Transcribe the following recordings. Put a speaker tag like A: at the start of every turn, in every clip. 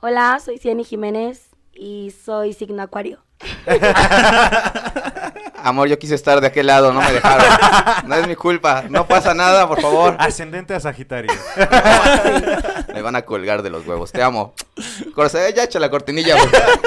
A: Hola, soy Ciani Jiménez y soy signo acuario.
B: Amor, yo quise estar de aquel lado, no me dejaron. No es mi culpa, no pasa nada, por favor.
C: Ascendente a Sagitario.
B: Me van a colgar de los huevos, te amo. Corse, ya echa la cortinilla. por favor.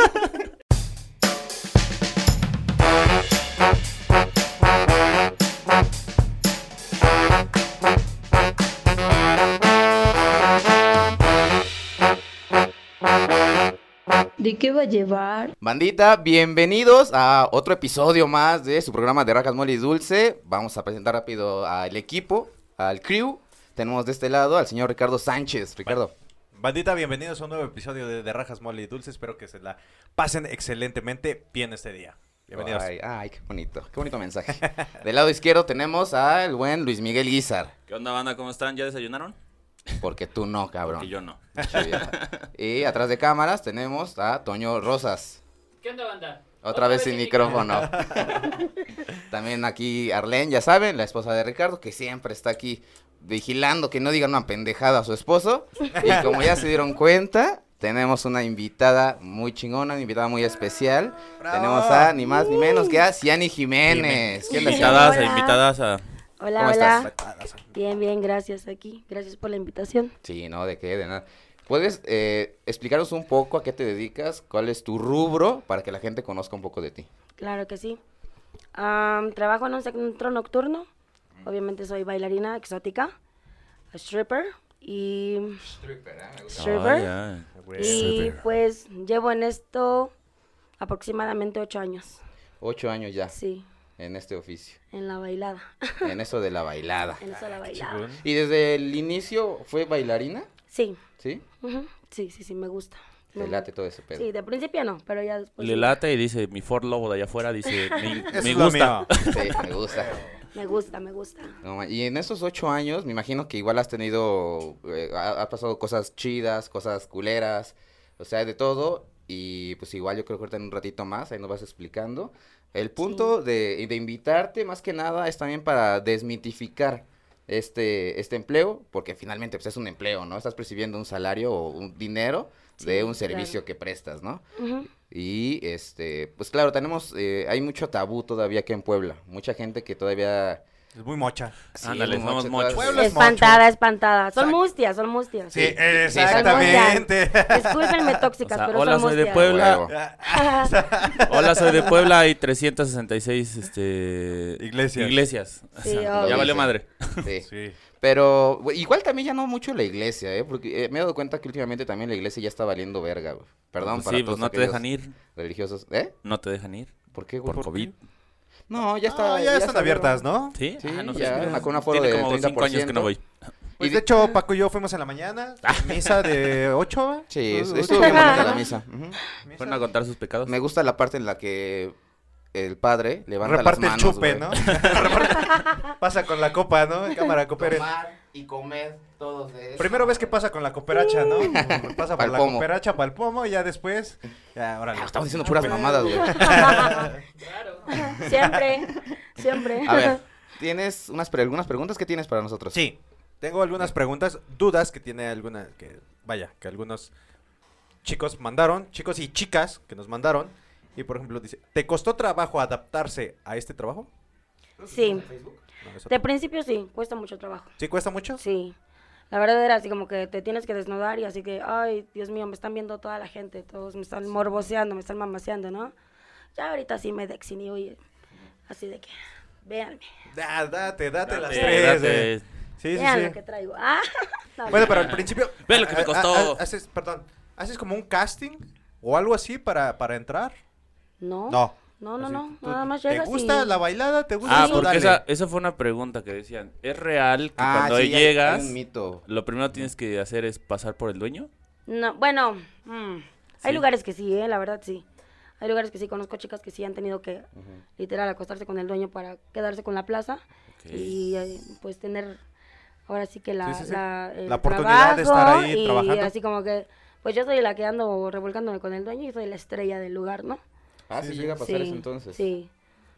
D: ¿De qué va a llevar?
B: Bandita, bienvenidos a otro episodio más de su programa de Rajas Molis Dulce. Vamos a presentar rápido al equipo, al crew. Tenemos de este lado al señor Ricardo Sánchez. Ricardo,
C: Bandita, bienvenidos a un nuevo episodio de, de Rajas Mole y Dulce. Espero que se la pasen excelentemente bien este día. Bienvenidos.
B: Ay, ay, qué bonito, qué bonito mensaje. Del lado izquierdo tenemos al buen Luis Miguel Guizar.
E: ¿Qué onda, banda? ¿Cómo están? ¿Ya desayunaron?
B: Porque tú no, cabrón.
E: Porque yo no.
B: Pinche vieja. Y atrás de cámaras tenemos a Toño Rosas.
F: ¿Qué onda, banda?
B: Otra, vez, sin micrófono. También aquí Arlene, ya saben, la esposa de Ricardo, que siempre está aquí vigilando que no digan una pendejada a su esposo. Y como ya se dieron cuenta, tenemos una invitada muy chingona, una invitada muy especial. Tenemos a ni más ni menos que a Ciani Uh. Jiménez. ¿Quién la Ciani?
E: Invitadas, e
A: Hola.
E: invitadas a...
A: Hola,
B: ¿Cómo
A: hola.
B: estás?
C: Ah,
A: Bien, bien, gracias aquí. Gracias por la invitación.
B: Sí, no, de qué, de nada. ¿Puedes eh, explicarnos un poco a qué te dedicas? ¿Cuál es tu rubro para que la gente conozca un poco de ti?
A: Claro que sí. Am, trabajo en un centro nocturno.
B: Mm.
A: Obviamente soy bailarina exótica, stripper y...
B: ¿eh?
A: Stripper.
E: Ay, ay.
A: Y pues llevo en esto aproximadamente ocho años.
B: Ocho años ya
A: Sí,
B: en este oficio,
A: en la bailada.
B: en eso de la bailada.
A: En eso de la bailada.
B: ¿Y desde el inicio fue bailarina?
A: Sí,
B: ¿Sí?
A: ujú, sí, sí, sí, me gusta. Me
B: Te late todo ese
A: gusta.
B: pedo.
A: Sí, de principio no, pero ya después
E: Le
A: sí,
E: late y dice, mi Ford Lobo de allá afuera dice, me,
C: Eso
E: me
C: es lo mío.
E: gusta.
B: Sí, me gusta.
A: me gusta, me gusta.
B: No ma- y en esos ocho años, me imagino que igual has tenido, eh, ha, ha pasado cosas chidas, cosas culeras, o sea, de todo. Y pues igual yo creo que ahorita en un ratito más, ahí nos vas explicando. El punto de, de invitarte, más que nada, es también para desmitificar este, este empleo, porque finalmente pues, es un empleo, ¿no? Estás percibiendo un salario o un dinero de
A: Sí, claro.
B: un servicio que prestas, ¿no?
A: Ujú,
B: Y este, pues claro, tenemos, eh, hay mucho tabú todavía aquí en Puebla. Mucha gente que todavía.
C: Es muy mocha.
B: sí, eh,
E: Ándale,
B: mucho
E: somos
B: todavía-
E: mochos.
C: Puebla es
A: Espantada, espantada. Son
C: Exacto.
A: mustias, son mustias.
C: Sí,
B: Sí,
C: exactamente.
A: Disculpenme
E: O
A: tóxicas,
E: sea,
A: pero
E: hola,
A: son
E: soy de
A: mustias.
E: Puebla.
B: Huevo.
C: Ah,
E: Hola, soy de Puebla. Hay 366 este,
C: Iglesias.
E: iglesias.
A: Sí,
E: ya
A: obvio.
E: valió madre.
B: Sí.
C: Sí.
B: Pero güey, igual también ya no mucho la iglesia, ¿eh? Porque eh, me he dado cuenta que últimamente también la iglesia ya está valiendo verga, güey. Perdón,
E: Pues
B: para
E: sí,
B: todos
E: pues no te
B: aquellos
E: dejan ir.
B: religiosos. ¿Eh?
E: No te dejan ir.
B: ¿Por qué, güey?
E: Por COVID.
B: No, ya
C: Ya,
B: está.
C: Ah, ya están
B: está
C: abiertas,
B: verga.
C: ¿no?
E: Sí, Ah,
B: Sí,
E: no sé,
B: ya,
E: mira,
B: con un aforo
E: tiene
B: de
E: como 5 años que no
B: 30%.
E: voy.
B: Y
C: Pues de
B: di-
C: hecho, Paco y yo fuimos en la mañana, misa de 8.
B: Sí, es- estuvo bien bonita la misa. Ujú.
E: Fueron a contar sus pecados.
B: Me gusta la parte en la que el padre levanta
C: Reparte
B: las manos,
C: el chupe,
B: güey.
C: ¿no? Reparte- pasa con la copa, ¿no? Cámara, cooperen.
B: Tomar y comer todos de eso.
C: Primero ves que pasa con la cooperacha, ¿no? Pasa por
B: Pal
C: la
B: pomo.
C: cooperacha, pal pomo, y ya después. Ya, órale.
B: Ah, Estamos diciendo puras mamadas, güey.
F: Claro.
A: Siempre, siempre.
B: A ver, ¿tienes unas pre- algunas preguntas que tienes para nosotros?
C: pues, Sí, tengo algunas preguntas, dudas que tiene alguna, que vaya, que algunos chicos mandaron, chicos y chicas que nos mandaron. Y por ejemplo dice, ¿te costó trabajo adaptarse a este trabajo?
A: Sí,
C: No, eso-
A: de principio sí, cuesta mucho trabajo.
C: ¿Sí cuesta mucho?
A: Sí. La verdad era así como que te tienes que desnudar y así que, ay, Dios mío, me están viendo toda la gente, todos me están morboseando, me están mamaseando, ¿no? Ya ahorita sí me dexiní, oye, así de que, véanme,
C: Da- date, date, las
E: Date,
C: tres.
E: date.
C: eh. Sí, sí,
A: vean
C: sí.
A: lo que traigo. Ah, no,
C: Bueno, pero al principio.
E: Ah. Ve lo que me
C: a- a-
E: costó.
C: a- haces, perdón, ¿haces como un casting o algo así para, para entrar?
A: no,
C: No.
A: no, no,
C: Así,
A: no,
C: tú-
A: nada más
C: ¿Te
A: llegas
C: gusta
A: y-
C: la bailada? ¿Te gusta?
E: Ah,
C: eso?
E: porque
C: Dale.
E: esa, esa fue una pregunta que decían. ¿Es real que
B: Ah,
E: cuando
B: sí, hay- hay
E: llegas,
B: un mito.
E: lo primero que tienes que hacer es pasar por el dueño?
A: No, bueno, mm, hay
E: Sí.
A: lugares que sí, eh, la verdad sí. Hay lugares que sí, conozco chicas que sí han tenido que, literal, acostarse con el dueño para quedarse con la plaza
E: Ok.
A: y eh, pues tener ahora sí que la,
C: Sí, sí, sí.
A: la, el
C: La oportunidad de estar
A: trabajo
C: ahí
A: y
C: trabajando.
A: así como que, pues yo soy la que ando revolcándome con el dueño y soy la estrella del lugar, ¿no?
B: Ah, sí, llega a pasar
A: Sí,
B: eso entonces.
A: Sí.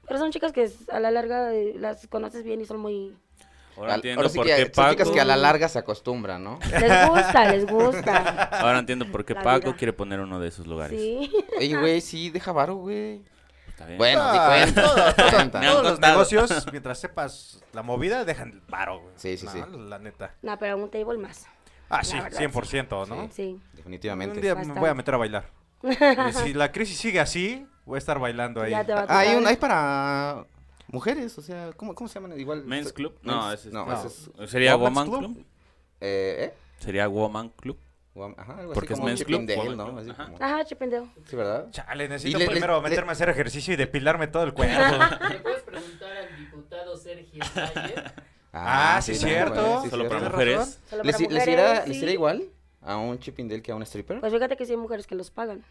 A: Pero son chicas que s- a la larga eh, las conoces bien y son muy
E: Ahora
B: Al-
E: entiendo
B: sí
E: por
B: que
E: qué
B: son chicas
E: Paco-
B: que a la larga se acostumbran, ¿no?
A: Les gusta, les gusta.
E: Ahora entiendo por qué
A: La
E: Paco
A: vida.
E: quiere poner uno de esos lugares.
A: Sí.
B: Ey, güey, sí, deja varo, güey.
E: Está bien.
B: Bueno, di
C: Ah,
B: cuenta,
C: todo-
B: cuenta.
E: Me han
C: Todos los
E: contado.
C: negocios, mientras sepas la movida, dejan el paro, güey.
B: Sí, sí,
C: No,
B: sí.
C: La neta.
A: No, pero un table más.
C: Ah, sí,
A: La verdad,
C: 100%, ¿no?
A: Sí.
B: Definitivamente.
C: Un día me
A: Bastante.
C: voy a meter a bailar. Y si la crisis sigue así, voy a estar bailando ahí.
A: Ya te va
E: Ah,
A: a
B: Hay,
A: tocar.
B: un, hay para mujeres, o sea, ¿cómo, cómo se llaman? Igual.
E: Men's Club.
B: Men's-
E: No, ese es-
B: no,
C: no.
B: ese es.
E: ¿Sería Woman
C: Woman's
E: Club?
C: Club?
B: Eh, ¿eh?
E: Sería Woman Club.
B: Guam- Ajá, algo
E: Porque es
B: así como
E: men's
B: Chip and
E: club,
B: Dale,
E: woman
B: ¿no? Así
E: club, ajá.
B: como-
A: Ajá, chipendeo.
B: Sí, ¿verdad?
C: Chale, necesito
B: le- le-
C: primero
B: le-
C: meterme a hacer ejercicio y depilarme todo el cuerpo.
F: ¿Le puedes preguntar al diputado Sergio Mayer?
C: Ah, sí,
B: también,
C: cierto.
B: güey, sí,
E: Solo
B: cierto.
E: para
C: tienes
E: mujeres.
A: Solo
B: ¿Les,
A: para
B: les
A: mujeres,
B: irá,
A: sí.
B: les irá igual a un Chip and Dale que a un stripper?
A: Pues fíjate que sí hay mujeres que los pagan.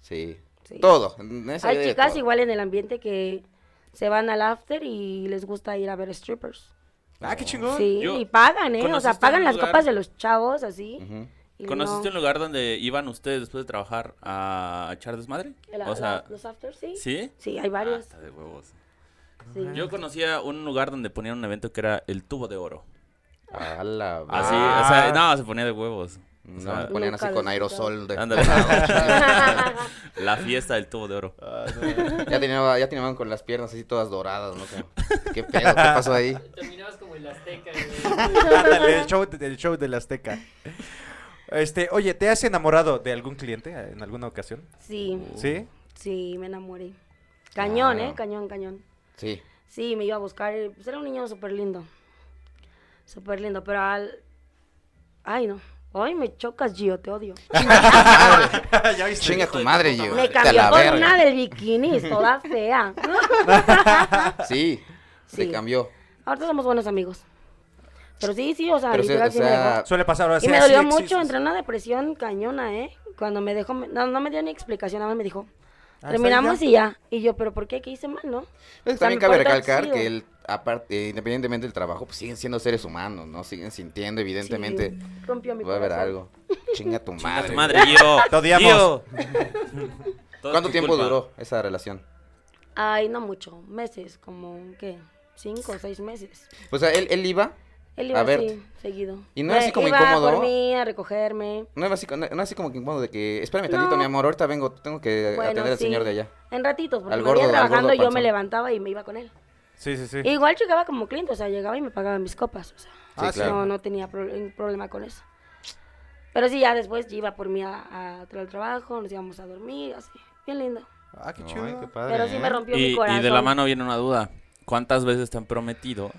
B: sí.
A: Sí.
B: Todo. en esa vida
A: Hay
B: de
A: chicas
B: todo.
A: igual en el ambiente que se van al after y les gusta ir a ver strippers.
C: ah, qué chingón.
A: Sí,
E: Yo-
A: y pagan, ¿eh? O sea,
E: ¿conociste
A: pagan
E: un
A: las
E: lugar?
A: copas de los chavos así.
B: Ujú.
A: y
E: ¿Conociste
A: no-
E: un lugar donde iban ustedes después de trabajar a echar desmadre?
A: la-
E: o sea,
A: la- los afters, sí.
E: ¿sí?
A: Sí, hay
E: Ah,
A: varios.
E: está de huevos.
A: sí.
E: Yo conocía un lugar donde ponían un evento que era el tubo de oro.
B: A la
E: Así,
C: Ah.
E: o sea, no, se ponía de huevos. O
B: No,
E: sea,
B: me ponían así
A: Nunca
B: con
A: lo he escuchado.
B: aerosol. De...
E: ándale. la fiesta del tubo de oro.
B: Ya terminaban ya terminaban con las piernas así todas doradas, ¿no? Como, ¿Qué pedo? ¿Qué pasó ahí?
F: Terminabas como el Azteca, güey.
C: Ándale, el show, el show del Azteca. Este, oye, ¿te has enamorado de algún cliente eh, en alguna ocasión?
A: Sí,
B: Uh.
C: ¿Sí?
A: sí, me enamoré.
E: Ah.
A: Cañón,
B: Claro.
A: ¿eh? Cañón, cañón.
B: Sí.
A: Sí, me iba a buscar. eh, Pues era un niño súper lindo. Súper lindo, pero al... Ay, no. Ay, me chocas, Gio, te odio.
C: ya viste.
B: Chinga tu madre, Gio.
A: Me
B: Vete a
A: cambió
B: la
A: por
B: verga.
A: una del bikini, toda fea.
B: Sí, se
A: Sí.
B: cambió.
A: Ahorita somos buenos amigos. Pero sí, sí, o sea,
B: Pero sí,
A: literal
B: o
A: sí me
B: sea,
A: dejó.
C: Suele pasar ahora
A: Y
C: sí,
A: me
C: así
A: dolió
C: existes.
A: mucho, entré en una depresión cañona, ¿eh? Cuando me dejó, me- no, no me dio ni explicación, nada más me dijo,
C: ¿Hasta ahí
A: terminamos
C: ya?
A: y ya. Y yo, ¿pero por qué? ¿Qué hice mal, no?
B: Pues
A: O sea,
B: también
A: me
B: cabe
A: porto
B: recalcar
A: chido.
B: que él, aparte, eh, independientemente del trabajo, pues siguen siendo seres humanos, ¿no? Siguen sintiendo,
A: Sí,
B: evidentemente.
A: rompió mi
B: va a haber
A: corazón.
B: algo. Chinga tu
E: Chinga
B: madre.
E: tu madre, Gio.
C: Te odiamos.
E: Gio. Todo es
B: ¿Cuánto
E: tu
B: tiempo
E: culpa.
B: duró esa relación?
A: Ay, no mucho, meses, como, ¿qué? Cinco o seis meses.
B: O sea, él, él iba,
A: Él
B: A
A: iba
B: ver.
A: así, seguido.
B: ¿Y no era así
A: Me-
B: como
A: iba
B: incómodo?
A: por mí, a recogerme.
B: no era así, no era así como que incómodo de que, espérame
A: No.
B: tantito, mi amor, ahorita vengo, tengo que
A: Bueno,
B: atender al
A: sí.
B: señor de allá.
A: En ratitos, porque
B: Al
A: me
B: gordo-
A: veía
B: al gordo
A: trabajando y yo
B: panzón.
A: me levantaba y me iba con él.
C: Sí, sí, sí.
A: Igual llegaba como cliente, o sea, llegaba y me pagaba mis copas, o sea.
B: Sí,
C: Ah, sí.
B: claro.
A: No, no tenía pro- ningún problema con eso. Pero sí, ya después yo iba por mí a, a otro al trabajo, nos íbamos a dormir, así. Bien lindo.
C: Ah, qué
B: Ay,
C: chido.
B: qué padre,
A: Pero sí
B: ¿eh?
A: me rompió mi
E: Y,
A: corazón.
E: y de la mano viene una duda. ¿Cuántas veces te han prometido?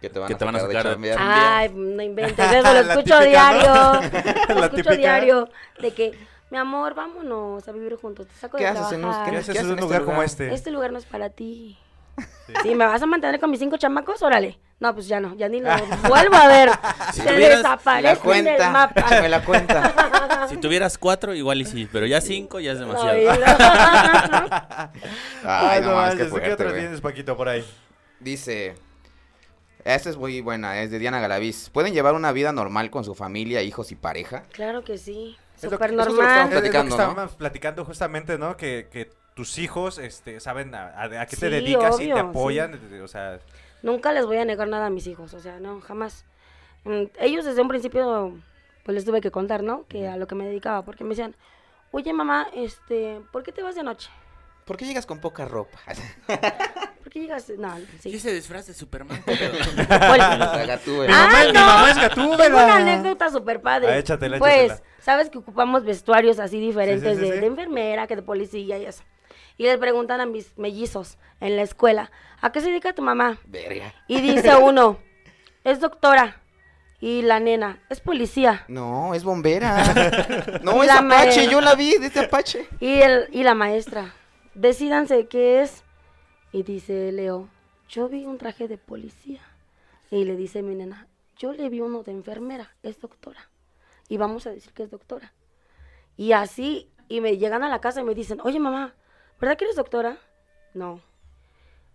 B: Que te van,
E: que
B: a,
E: te van a
B: sacar de
E: sacar de-
B: chambear.
A: Ay, no inventes eso, lo
C: La
A: escucho
C: típica,
A: diario.
C: ¿no?
A: Lo
C: La
A: escucho
C: típica.
A: diario. De que, mi amor, vámonos a vivir juntos. Te saco
B: ¿Qué
A: de
B: haces en un-
A: trabajar.
B: qué
C: ¿Qué haces
B: ¿Qué
C: en
B: hace
C: un
B: en
C: lugar
B: este
C: como
B: lugar?
C: este?
A: Este lugar no es para ti. Sí. ¿me vas a mantener con mis cinco chamacos? Órale. No, pues ya no, ya ni lo vuelvo a ver.
B: Si
A: Se
B: tuvieras la
A: desaparecen del
B: cuenta,
A: mapa.
B: Ah, me la cuenta.
A: Ah.
E: Si tuvieras cuatro, igual y sí. Pero ya cinco, ya es
A: No,
E: demasiado.
A: y lo- Ah,
B: Ay, no, más,
C: manches,
B: qué
C: ¿qué
B: fuerte,
C: otra
B: güey.
C: tienes, Paquito, por ahí?
B: Dice, esta es muy buena, es de Diana Galaviz. ¿Pueden llevar una vida normal con su familia, hijos y pareja?
A: Claro que sí.
C: Es lo
A: Súper
C: que- es justo lo que estábamos
A: normal.
B: estamos pl- platicando,
C: es lo que
B: ¿no?
C: estábamos platicando justamente, ¿no? Que, que tus hijos este, saben a, a- a qué te
A: Sí,
C: dedicas y te
A: obvio,
C: apoyan. O sea,
A: Nunca les voy a negar nada a mis hijos, o sea, no, jamás. Mm, Ellos desde un principio, pues les tuve que contar, ¿no? Que a lo que me dedicaba, porque me decían, oye mamá, este, ¿por qué te vas de noche?
B: ¿Por qué llegas con poca ropa?
A: ¿Por qué llegas? No, sí.
E: se disfraz de Superman?
A: Bueno,
B: La gatúbela.
A: ¡Ah,
C: mi mamá es
A: no!
C: Gatúbela.
A: Tengo una anécdota súper padre.
C: Ah, échatela,
A: pues,
C: échatela.
A: sabes que ocupamos vestuarios así diferentes
C: sí,
A: de,
C: sí.
A: de enfermera, que de policía y eso. Y les preguntan a mis mellizos en la escuela, ¿a qué se dedica tu mamá?
B: Verga.
A: Y dice uno, es doctora. Y la nena, es policía.
B: No, es bombera. No, es
A: La
B: Apache,
A: madre.
B: yo la vi, de este Apache.
A: Y, el, y la maestra, decidanse qué es. Y dice Leo, yo vi un traje de policía. Y le dice mi nena, yo le vi uno de enfermera, es doctora. Y vamos a decir que es doctora. Y así, y me llegan a la casa y me dicen, oye mamá, ¿verdad que eres doctora? No.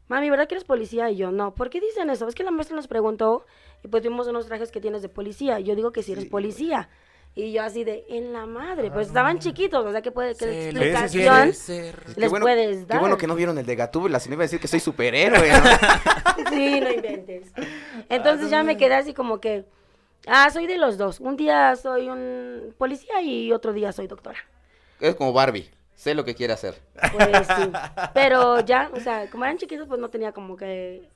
A: Mami, ¿verdad que eres policía? Y yo, no. ¿Por qué dicen eso? Es que la maestra nos preguntó y pues vimos unos trajes que tienes de policía. Y yo digo que si eres policía. Y yo así de, en la madre, pues estaban chiquitos, o sea que puede que la
E: Se
C: le
A: explicación...
E: ser.
A: Les puedes
B: Pues Qué
A: dar.
B: bueno que no vieron el de Gatúbela, si no iba a decir que soy superhéroe. ¿no?
A: Sí, no inventes. Entonces
B: Ah,
A: ya me quedé así como que, ah, soy de los dos. Un día soy un policía y otro día soy doctora.
B: es como Barbie, sé lo que quiere hacer.
A: Pues sí. Pero ya, o sea, como eran chiquitos, pues no tenía como que,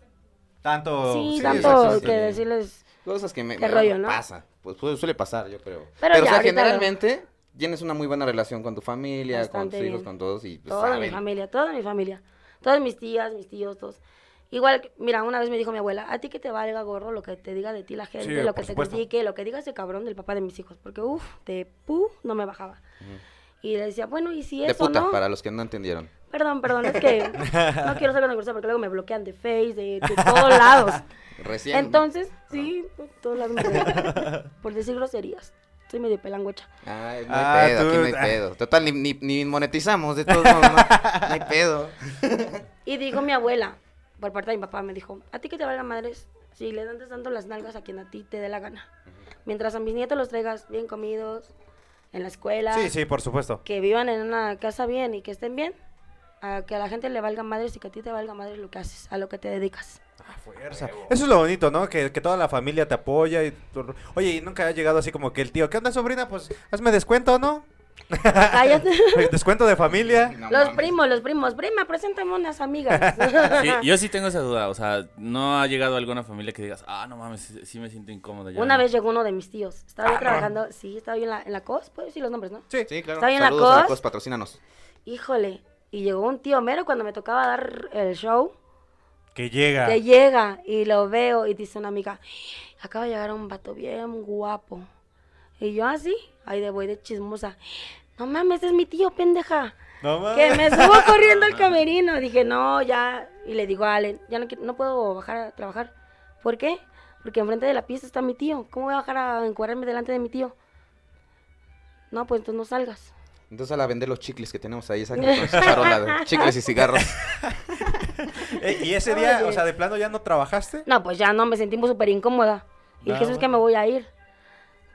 C: Tanto.
A: sí,
B: Oh, sí,
A: tanto
B: exacto, sí.
A: que decirles.
B: Cosas que me,
A: Qué
B: me
A: rollo, ¿no?
B: pasa. Pues su- suele pasar, yo creo.
A: Pero
B: Pero,
A: ya,
B: o sea,
A: ahorita-
B: generalmente tienes una muy buena relación con tu familia, con
A: Bastante
B: tus hijos,
A: bien.
B: con todos y pues,
A: Toda mi
B: saben.
A: familia, toda mi familia. Todas mis tías, mis tíos, todos. Igual, mira, una vez me dijo mi abuela, a ti que te valga gorro lo que te diga de ti la gente,
C: Sí,
A: lo
C: por
A: que te
C: supuesto.
A: critique, lo que diga ese cabrón del papá de mis hijos, porque uff, de pu, no me bajaba. Y le decía, bueno, ¿y si
B: De
A: eso
B: puta,
A: no?
B: para los que no entendieron.
A: Perdón, perdón, es que no quiero ser una grosera porque luego me bloquean de Face, de, de todos lados.
B: Recién.
A: Entonces, sí, de todos lados me bloquean. Por decir groserías. Soy medio pelangüecha.
B: Ay, no hay
C: Ah,
B: pedo, aquí
C: tú-
B: no hay pedo. Total, ni, ni, ni monetizamos, de todos modos, no, no hay pedo.
A: Y dijo mi abuela, por parte de mi papá, me dijo, a ti que te valga madres, si le andas dando las nalgas a quien a ti te dé la gana. Mientras a mis nietos los traigas bien comidos, en la escuela,
C: Sí, sí, por supuesto.
A: que vivan en una casa bien y que estén bien, a que a la gente le valga madres y que a ti te valga madres lo que haces, a lo que te dedicas.
C: Ah, Fuerza. Eso es lo bonito, ¿no? Que, que toda la familia te apoya. Y tu- Oye, y nunca ha llegado así como que el tío, ¿qué onda, sobrina? Pues hazme descuento, ¿no?
A: Cállate.
C: descuento de familia.
B: No
A: los
B: mames.
A: primos, los primos. Prima, preséntame unas amigas.
E: Sí, yo sí tengo esa duda, o sea, no ha llegado alguna familia que digas, ah, no mames, sí- sí me siento incómoda ya.
A: Una vez llegó uno de mis tíos. Estaba
B: Ah,
A: yo trabajando, sí, estaba yo en la, en la COS, puedo decir los nombres, ¿no?
C: Sí.
B: Sí, claro.
A: Está bien la
B: Saludos a
A: cos.
B: Cos, patrocínanos.
A: Híjole. Y llegó un tío mero cuando me tocaba dar el show.
C: Que
E: Ah.
C: llega.
A: Que llega y lo veo y dice una amiga, acaba de llegar un vato bien guapo. Y yo así, ahí de voy de chismosa. No mames, es mi tío, pendeja.
C: No
A: Que
C: mames.
A: me subo corriendo al camerino. Dije, no, ya. Y le digo a Allen, ya no, qui- no puedo bajar a trabajar. ¿Por qué? Porque enfrente de la pieza está mi tío. ¿Cómo voy a bajar a encuadrarme delante de mi tío? No, pues entonces no salgas.
B: Entonces, a la vender los chicles que tenemos ahí, esa que con su charola de chicles y cigarros.
C: Eh, y ese día, o sea, de plano ya no trabajaste.
A: No, pues ya no, me sentí muy súper incómoda. Y
C: No,
A: dije, "Eso es que me voy a ir.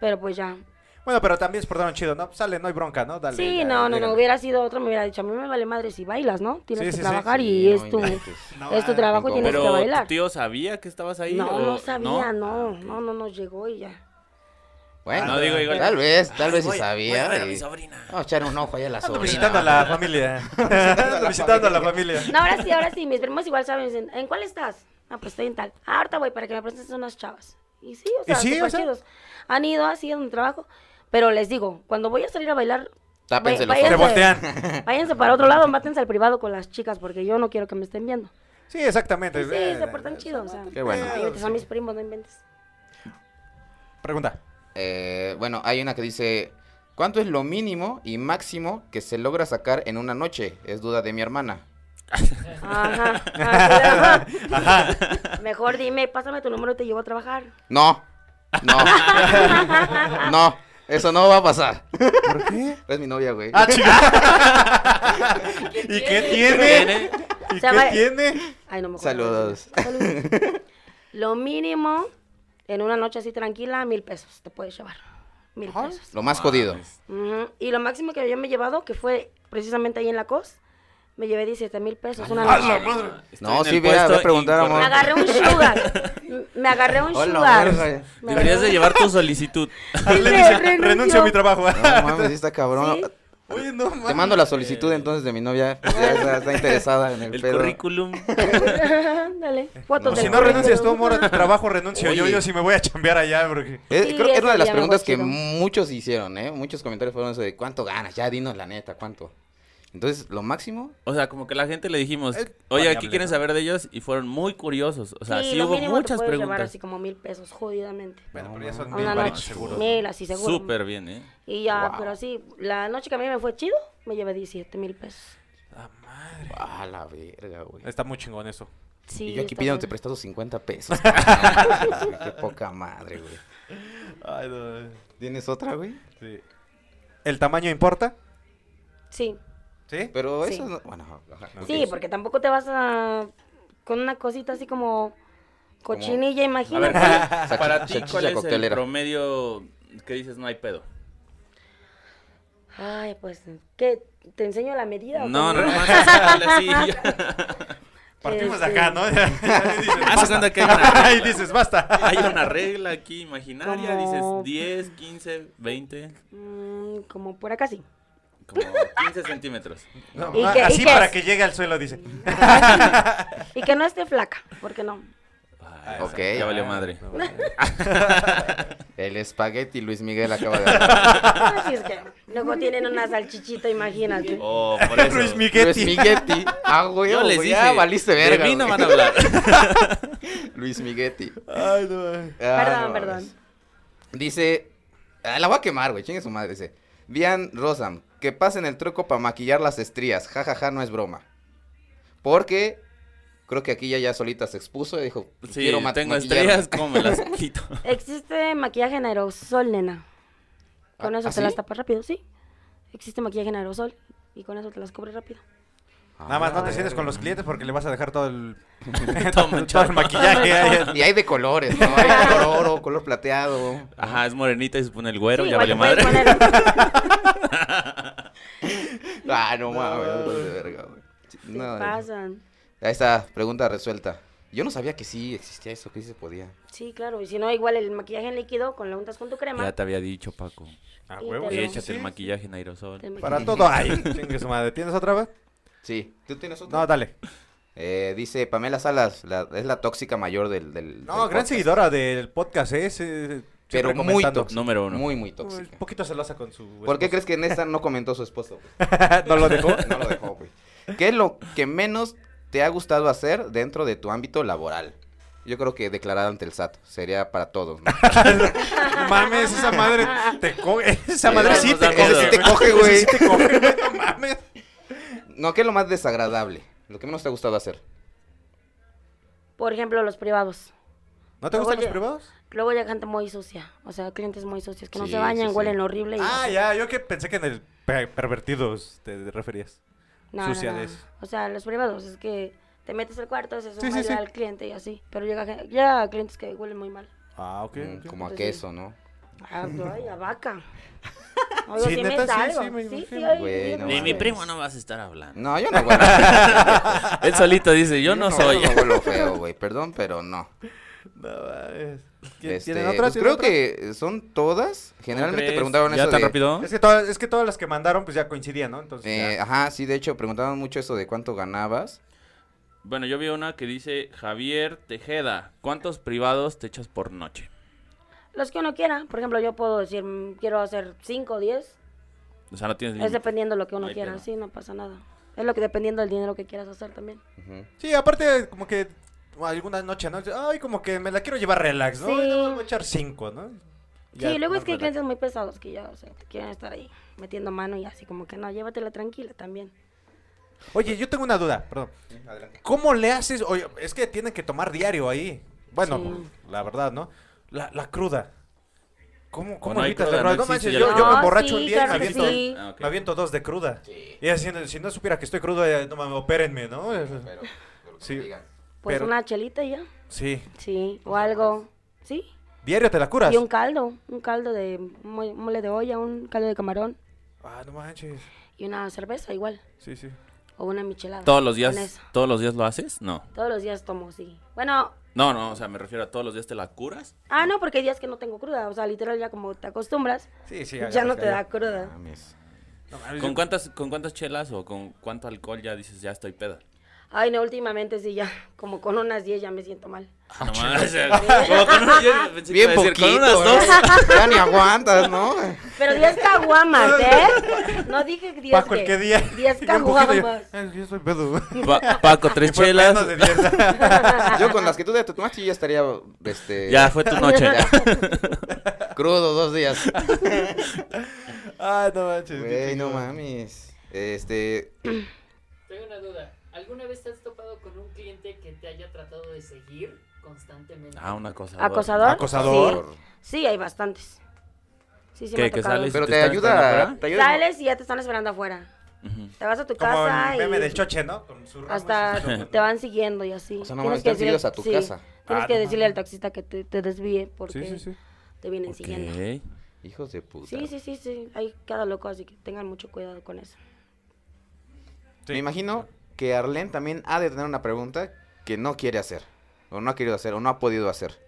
A: Pero pues ya.
C: Bueno, pero también se portaron chido, ¿no? Pues, Sale, no hay bronca, ¿no? Dale.
A: sí,
C: ya,
A: no, no, no.
C: llégale.
A: Hubiera sido otro, me hubiera dicho, a mí me vale madre si bailas, ¿no? Tienes
C: Sí,
A: que
C: sí, sí.
A: trabajar y
B: Sí, no
A: es tu,
B: inventes.
C: No,
A: es tu
C: ah,
A: trabajo y
B: incómodo.
A: tienes
E: Pero
A: que
E: tu
A: bailar.
E: tío sabía que estabas ahí.
A: No,
E: o-
A: no sabía, no,
E: Ah, ok.
A: no, no, no llegó y ya.
B: Bueno,
E: No, digo, igual-
B: tal vez, tal
E: Ay,
B: vez
E: voy-
B: si
E: voy a
B: sabía.
E: ver a
B: y-
E: mi sobrina.
B: Vamos a echar un ojo ahí a la
C: Ando
B: sobrina.
C: visitando a la familia. Ando visitando a la familia.
A: No, ahora sí, ahora sí, mis primos igual saben, dicen, ¿en cuál estás? Ah, pues estoy en tal. Ah, ahorita voy para que me presentes unas chavas. Y sí, o sea,
C: sí,
A: súper
C: o sea?
A: chidos. Han ido así en un trabajo, pero les digo, cuando voy a salir a bailar,
B: Tápense
A: vay-
B: los
C: Te
B: ojos.
C: voltean.
A: váyanse para otro lado, mátense al privado con las chicas, porque yo no quiero que me estén viendo.
C: Sí,
A: Y
C: exactamente. Eh,
A: sí, se portan chidos, o sea.
B: Qué bueno.
A: Ay, estos son mis primos, no inventes.
C: Pregunta.
B: Eh, bueno, hay una que dice, ¿cuánto es lo mínimo y máximo que se logra sacar en una noche? Es duda de mi hermana.
A: Ajá. ajá. Mejor dime, pásame tu número y te llevo a trabajar.
B: No, no, no, eso no va a pasar.
C: ¿Por qué?
B: Es mi novia, güey.
E: Ah,
C: ¿Y qué tiene? ¿Y
A: Se llama-
C: qué tiene?
A: Ay, no me acuerdo.
B: Saludos.
A: Saludos. Lo mínimo, en una noche así tranquila, mil pesos te puedes llevar. Mil pesos.
B: Lo más jodido.
E: Ah,
A: Ujú. Y lo máximo que yo me he llevado, que fue precisamente ahí en la COS, me llevé 17 mil pesos una noche.
E: Estoy
B: No,
E: en
B: sí,
E: el
B: ve a-
E: puesto
B: ve a preguntar, amor.
A: Me
E: incorrecto.
A: agarré un sugar. M- Me agarré un
B: Hola,
A: sugar.
B: verga.
A: Me agarré
E: Deberías de
A: un-
E: llevar tu solicitud.
A: Sí,
C: Le
A: me
C: dice,
A: renunció.
C: renuncio a mi trabajo.
B: No mames, sí está cabrón.
A: Sí.
C: Oye, no mames.
B: Te mando la solicitud entonces de mi novia. pues, ya está, está interesada en el,
E: Eh, El
B: pedo.
E: currículum.
A: Ándale, fotos
B: No,
A: del
C: Si no
A: cuerpo.
C: renuncias tú, amor, a tu trabajo, renuncio. Yo,
B: Oye.
C: yo sí me voy a chambear allá, porque...
B: Eh,
A: Sí,
B: creo que
A: ese
B: era una de las
A: sería mejor
B: preguntas que
A: chido.
B: muchos hicieron, ¿eh? Muchos comentarios fueron eso de cuánto ganas, ya dinos la neta, cuánto. Entonces, lo máximo,
E: O sea, como que la gente le dijimos,
C: Es
E: oye,
C: variable,
E: aquí quieren
C: ¿no?
E: saber de ellos y fueron muy curiosos. O sea, sí,
A: lo
E: hubo
A: mínimo te
E: muchas
A: puedes llevar
E: preguntas.
A: así como mil pesos, jodidamente.
C: Bueno, pero ya son
A: A
C: mil
A: una
C: varitos
A: noche.
C: seguro.
A: Mil, así seguro.
E: Súper bien, ¿eh?
A: Y ya,
B: Wow.
A: pero sí, la noche que a mí me fue chido, me llevé 17 mil pesos.
B: a la verga, güey.
C: Ah,
E: Este-
C: Está muy chingón eso.
A: Sí,
B: y yo aquí
A: está
B: pidiéndote
A: bien.
B: prestados 50 pesos. cabrón. Qué poca madre, güey.
C: Ay, no.
B: ¿Tienes otra, güey?
C: Sí. ¿El tamaño importa?
A: Sí,
C: ¿Sí?
B: Pero
A: Sí.
B: eso no... Bueno, ajá.
A: sí, porque tampoco te vas a... con una cosita así como cochinilla,
E: A ver,
A: imagínate.
E: ¿cuál- para ti,
B: salchicha
E: ¿cuál es el
B: coctelera.
E: promedio que dices no hay pedo?
A: Ay, pues, ¿qué? ¿Te enseño la medida? o
E: No,
A: cómo?
E: no, más sale así.
C: Partimos de
A: Este-
C: acá, ¿no?
E: Haz de cuenta que hay una-
C: Ahí dices, basta.
E: Hay una regla aquí imaginaria,
A: Como-
E: dices 10, 15, 20,
A: Mm, como por acá sí.
E: como 15 centímetros.
C: No,
A: ¿Y
C: ah,
A: qué- y
C: así
A: qué
C: para
A: es?
C: que llegue al suelo, dice.
A: Y que no esté flaca, porque no.
E: Ah,
B: Ok.
E: Ya valió madre.
C: No, vale.
B: El espagueti Luis Miguel acaba de hablar.
A: Así es que luego tienen una salchichita, imagínate.
E: Oh, por eso.
B: Luis
C: Luis Miguel.
B: Miguel. Ah, güey,
E: Yo les
B: güey,
E: dije,
B: ya valiste verga.
E: de mí no
B: güey.
E: van a hablar.
B: Luis Miguel.
C: Ay, no.
A: Perdón, perdón.
B: Ah, Dice, ah, la voy a quemar, güey, chingue su madre, dice. Bian Rosam, que pasen el truco para maquillar las estrías, jajaja, no es broma. Porque creo que aquí ya, ya solita se expuso y dijo, pues,
E: Sí,
B: quiero ma-
E: tengo
B: maquillarme".
E: estrellas, ¿cómo me las quito?
A: Existe maquillaje en aerosol, nena. Con
B: ¿Ah,
A: eso
B: ah,
A: te las
B: sí?
A: tapas rápido, sí. Existe maquillaje en aerosol y con eso te las cubres rápido.
C: Nada más no te
B: Ah.
C: sientes con los clientes porque le vas a dejar todo el,
E: Todo
C: todo,
E: manchado.
C: el maquillaje. ahí.
B: Ah, Y hay de colores, ¿no? Hay color oro, color plateado.
E: Ajá, es morenita y se pone el güero,
A: Sí,
E: ya
A: igual
E: valió
A: te puedes
E: madre.
A: poner-
B: Ah, no mames, no, de verga, güey.
A: te
B: No,
A: pasan.
B: ahí está, pregunta resuelta. Yo no sabía que sí existía eso, que sí se podía.
A: Sí, claro. Y si no, igual el maquillaje en líquido, con lo untas con tu crema.
E: Ya te había dicho, Paco.
C: Ah,
A: Y
C: huevo.
A: te
E: Y
A: lo-
E: échate el maquillaje en aerosol.
A: te maquillas.
C: Para todo hay. Chingue su madre. ¿Tienes otra vez?
B: Sí. ¿Tú tienes otro?
C: No, dale.
B: Eh, dice Pamela Salas, la- es la tóxica mayor del. del
C: No,
B: del
C: gran
B: podcast.
C: seguidora del podcast, ¿eh? Se- siempre
B: Pero muy
C: comentando.
B: tóxica.
E: Número uno.
B: Muy, muy
C: Un
B: tóxica.
C: poquito celosa con su.
B: ¿Por qué
C: esposo.
B: crees que en esta no comentó su esposo?
C: no lo dejó?
B: No lo dejó, güey. ¿Qué es lo que menos te ha gustado hacer dentro de tu ámbito laboral? Yo creo que declarar ante el SAT sería para todos. ¿no?
C: mames, esa madre te coge. Esa madre sí
E: Nos
C: te
E: da
C: coge.
E: miedo.
B: Sí te coge, güey.
C: Sí te coge, güey. No mames.
B: No, ¿qué es lo más desagradable? Lo que menos te ha gustado hacer.
A: Por ejemplo, los privados.
C: ¿No te gustan
A: Oye.
C: los privados?
A: Luego llega gente muy sucia. O sea, clientes muy sucios que no
B: Sí,
A: se bañan,
B: sí, sí.
A: huelen horrible. Y
C: Ah, ya. Yo que pensé que en el pe- pervertidos te referías.
A: No, no,
C: sucia
A: no.
C: de eso.
A: O sea, los privados es que te metes al cuarto, se suma
C: sí, sí.
A: al cliente y así. Pero llega, gen- llega a clientes que huelen muy mal.
C: Ah, ok.
B: Mm,
C: ok.
B: Como a
A: Pues sí.
B: queso, ¿no?
A: Ah, Ay, a vaca. Oigo,
C: Sí,
A: sí,
C: neta,
A: me
C: sí,
A: salgo.
C: sí, me
A: Sí, sí,
C: imagino.
A: oye,
B: Güey, no
A: sí,
E: Ni mi
B: mames.
E: primo no vas a estar hablando.
B: No, yo no huelo.
E: Él solito dice, yo no soy.
B: Yo no huelo feo, güey. Perdón, pero no.
C: No mames.
B: Este,
C: ¿Tienen
B: pues
C: otras?
B: creo que son todas. Generalmente
E: ¿Crees?
B: preguntaron
E: ¿Ya
B: eso
E: tan
B: de-
E: rápido?
C: Es que, todas, es que todas las que mandaron pues ya coincidían, ¿no? Entonces
B: eh,
C: ya.
B: ajá, sí, de hecho, preguntaban mucho eso de cuánto ganabas.
E: Bueno, yo vi una que dice Javier Tejeda, ¿cuántos privados te echas por noche?
A: Los que uno quiera. Por ejemplo, yo puedo decir, mm, quiero hacer 5 o 10.
E: O sea, no tienes
A: Es
E: límite.
A: dependiendo lo que uno
E: No hay
A: quiera.
E: pedo.
A: Sí, no pasa nada. Es lo que dependiendo del dinero que quieras hacer también.
B: Ujú.
C: Sí, aparte como que alguna noche, ¿no? Ay, como que me la quiero llevar relax, ¿no?
A: Sí.
C: Ay, no, voy a echar cinco, ¿no? Ya,
A: sí, luego es
C: más
A: que hay
C: relax.
A: clientes muy pesados que ya, o sea, te quieren estar ahí metiendo mano y así como que no, llévatela tranquila también.
C: Oye, yo tengo una duda, perdón. ¿Cómo le haces? Oye, es que tienen que tomar diario ahí. Bueno,
A: Sí.
C: la verdad, ¿no? La, la cruda. ¿Cómo, cómo
E: no hay
C: evitas la
E: cruda,
C: cruda?
E: no
C: No
E: existe
C: manches,
E: ya
C: yo,
E: la
C: yo me
E: cruda.
C: emborracho
A: No,
C: un día y
A: sí,
C: me
A: claro que
C: aviento,
A: sí.
E: Ah, ok.
C: me aviento dos de cruda. Y así, si no supiera que estoy crudo, eh, no mames, opérenme, ¿no?
B: Pero, pero que
C: Sí.
B: digan.
A: Pues
C: Pero- Pues
A: una chelita y ya.
C: Sí.
A: Sí, o algo. Sí.
C: Diario te la curas.
A: Y un caldo, un caldo de mo- mole de olla, un caldo de camarón
C: Ah, no manches.
A: y una cerveza igual.
C: Sí, sí.
A: O una michelada.
E: ¿Todos los
A: con eso.
E: días, todos los días lo haces? No.
A: Todos los días tomo, sí. Bueno,
E: No, no, o sea, me refiero a todos los días te la curas.
A: ah, no, porque hay días que no tengo cruda. O sea, literal, ya como te acostumbras,
C: Sí, sí.
A: ya no
C: agarras Ah.
A: te da
C: callo.
A: cruda.
B: Mames.
C: No mames,
E: ¿Con
C: yo-
E: cuántas, con cuántas chelas o con cuánto alcohol ya dices, ya estoy peda?
A: Ay, no, últimamente sí, ya. Como con unas 10 ya me siento mal.
E: Ah, no mames, o sea, como con unas- yo pensé que
B: Bien
E: iba a decir,
B: poquito.
E: con unas dos.
B: ¿no? Ya ni aguantas, ¿no?
A: Pero 10 caguamas, ¿eh? No dije 10.
C: Paco, ¿el qué día?
A: 10
C: Yo un poquito, yo-
A: caguamas.
C: Ay, Yo soy pedo.
A: ¿eh?
E: Pa- Paco, tres
C: Fue
E: chelas.
C: menos de 10.
B: Yo con las que tú te tomaste, yo ya estaría este,
E: Ya fue tu noche.
B: crudo dos días.
C: Ay, no manches.
B: Güey, no mames. Este,
F: Tengo una duda. ¿Alguna vez te has topado con un cliente que te haya tratado de seguir constantemente?
E: Ah, una cosa.
A: ¿Acosador?
C: Acosador.
A: Sí. Sí, hay bastantes. Sí, sí, me
E: ¿Qué,
A: ha
E: que
A: tocado.
E: sales?
B: pero
E: ¿Te
B: te
E: están
B: ayuda,
E: esperando
B: te ayuda.
A: Sales y ya te están esperando afuera. Te vas a tu
C: Como
A: casa
C: el meme
A: y
C: del choche, ¿no? Con su ramo y su
A: hasta
C: choco.
A: te van siguiendo y así.
B: O sea, no
A: Tienes
B: mames,
A: que
B: están seguidos a tu
A: sí,
B: casa.
A: Tienes
C: Ah,
A: que
C: no
A: decirle al taxista que te, te desvíe porque
C: Sí, sí, sí.
A: te vienen
E: Ok.
A: siguiendo.
B: Hijos de puta.
A: Sí, sí, sí, sí. Hay cada loco, así que tengan mucho cuidado con eso.
C: Sí.
B: Me imagino que Arlene también ha de tener una pregunta que no quiere hacer, o no ha querido hacer, o no ha podido hacer.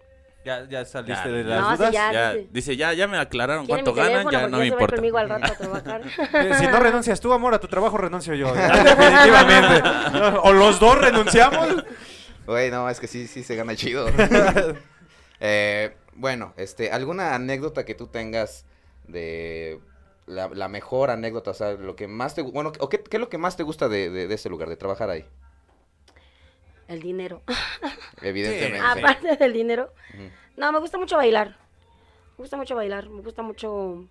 C: Ya, ya saliste
E: Ya.
C: de
A: No,
C: las
A: sí,
C: dudas.
A: ya,
E: Ya,
A: dice.
E: dice, ya, ya me aclararon
A: Quieren
E: cuánto
A: mi teléfono
E: ganan, ya
A: porque ya
E: no me
A: se va
E: importa.
A: conmigo al rato a trabajar.
C: Eh, Si no renuncias tú, amor, a tu trabajo renuncio yo. Definitivamente. O los dos renunciamos.
B: Güey, no, es que sí, sí se gana chido. Eh, bueno, este, ¿alguna anécdota que tú tengas de la, la mejor anécdota? O sea, lo que más te... gu- Bueno, o qué, qué es lo que más te gusta de, de, de ese lugar, de trabajar ahí?
A: El dinero.
B: Evidentemente.
C: Sí.
A: Aparte del dinero.
B: Ujú.
A: No, me gusta mucho bailar. Me gusta mucho bailar. Me gusta mucho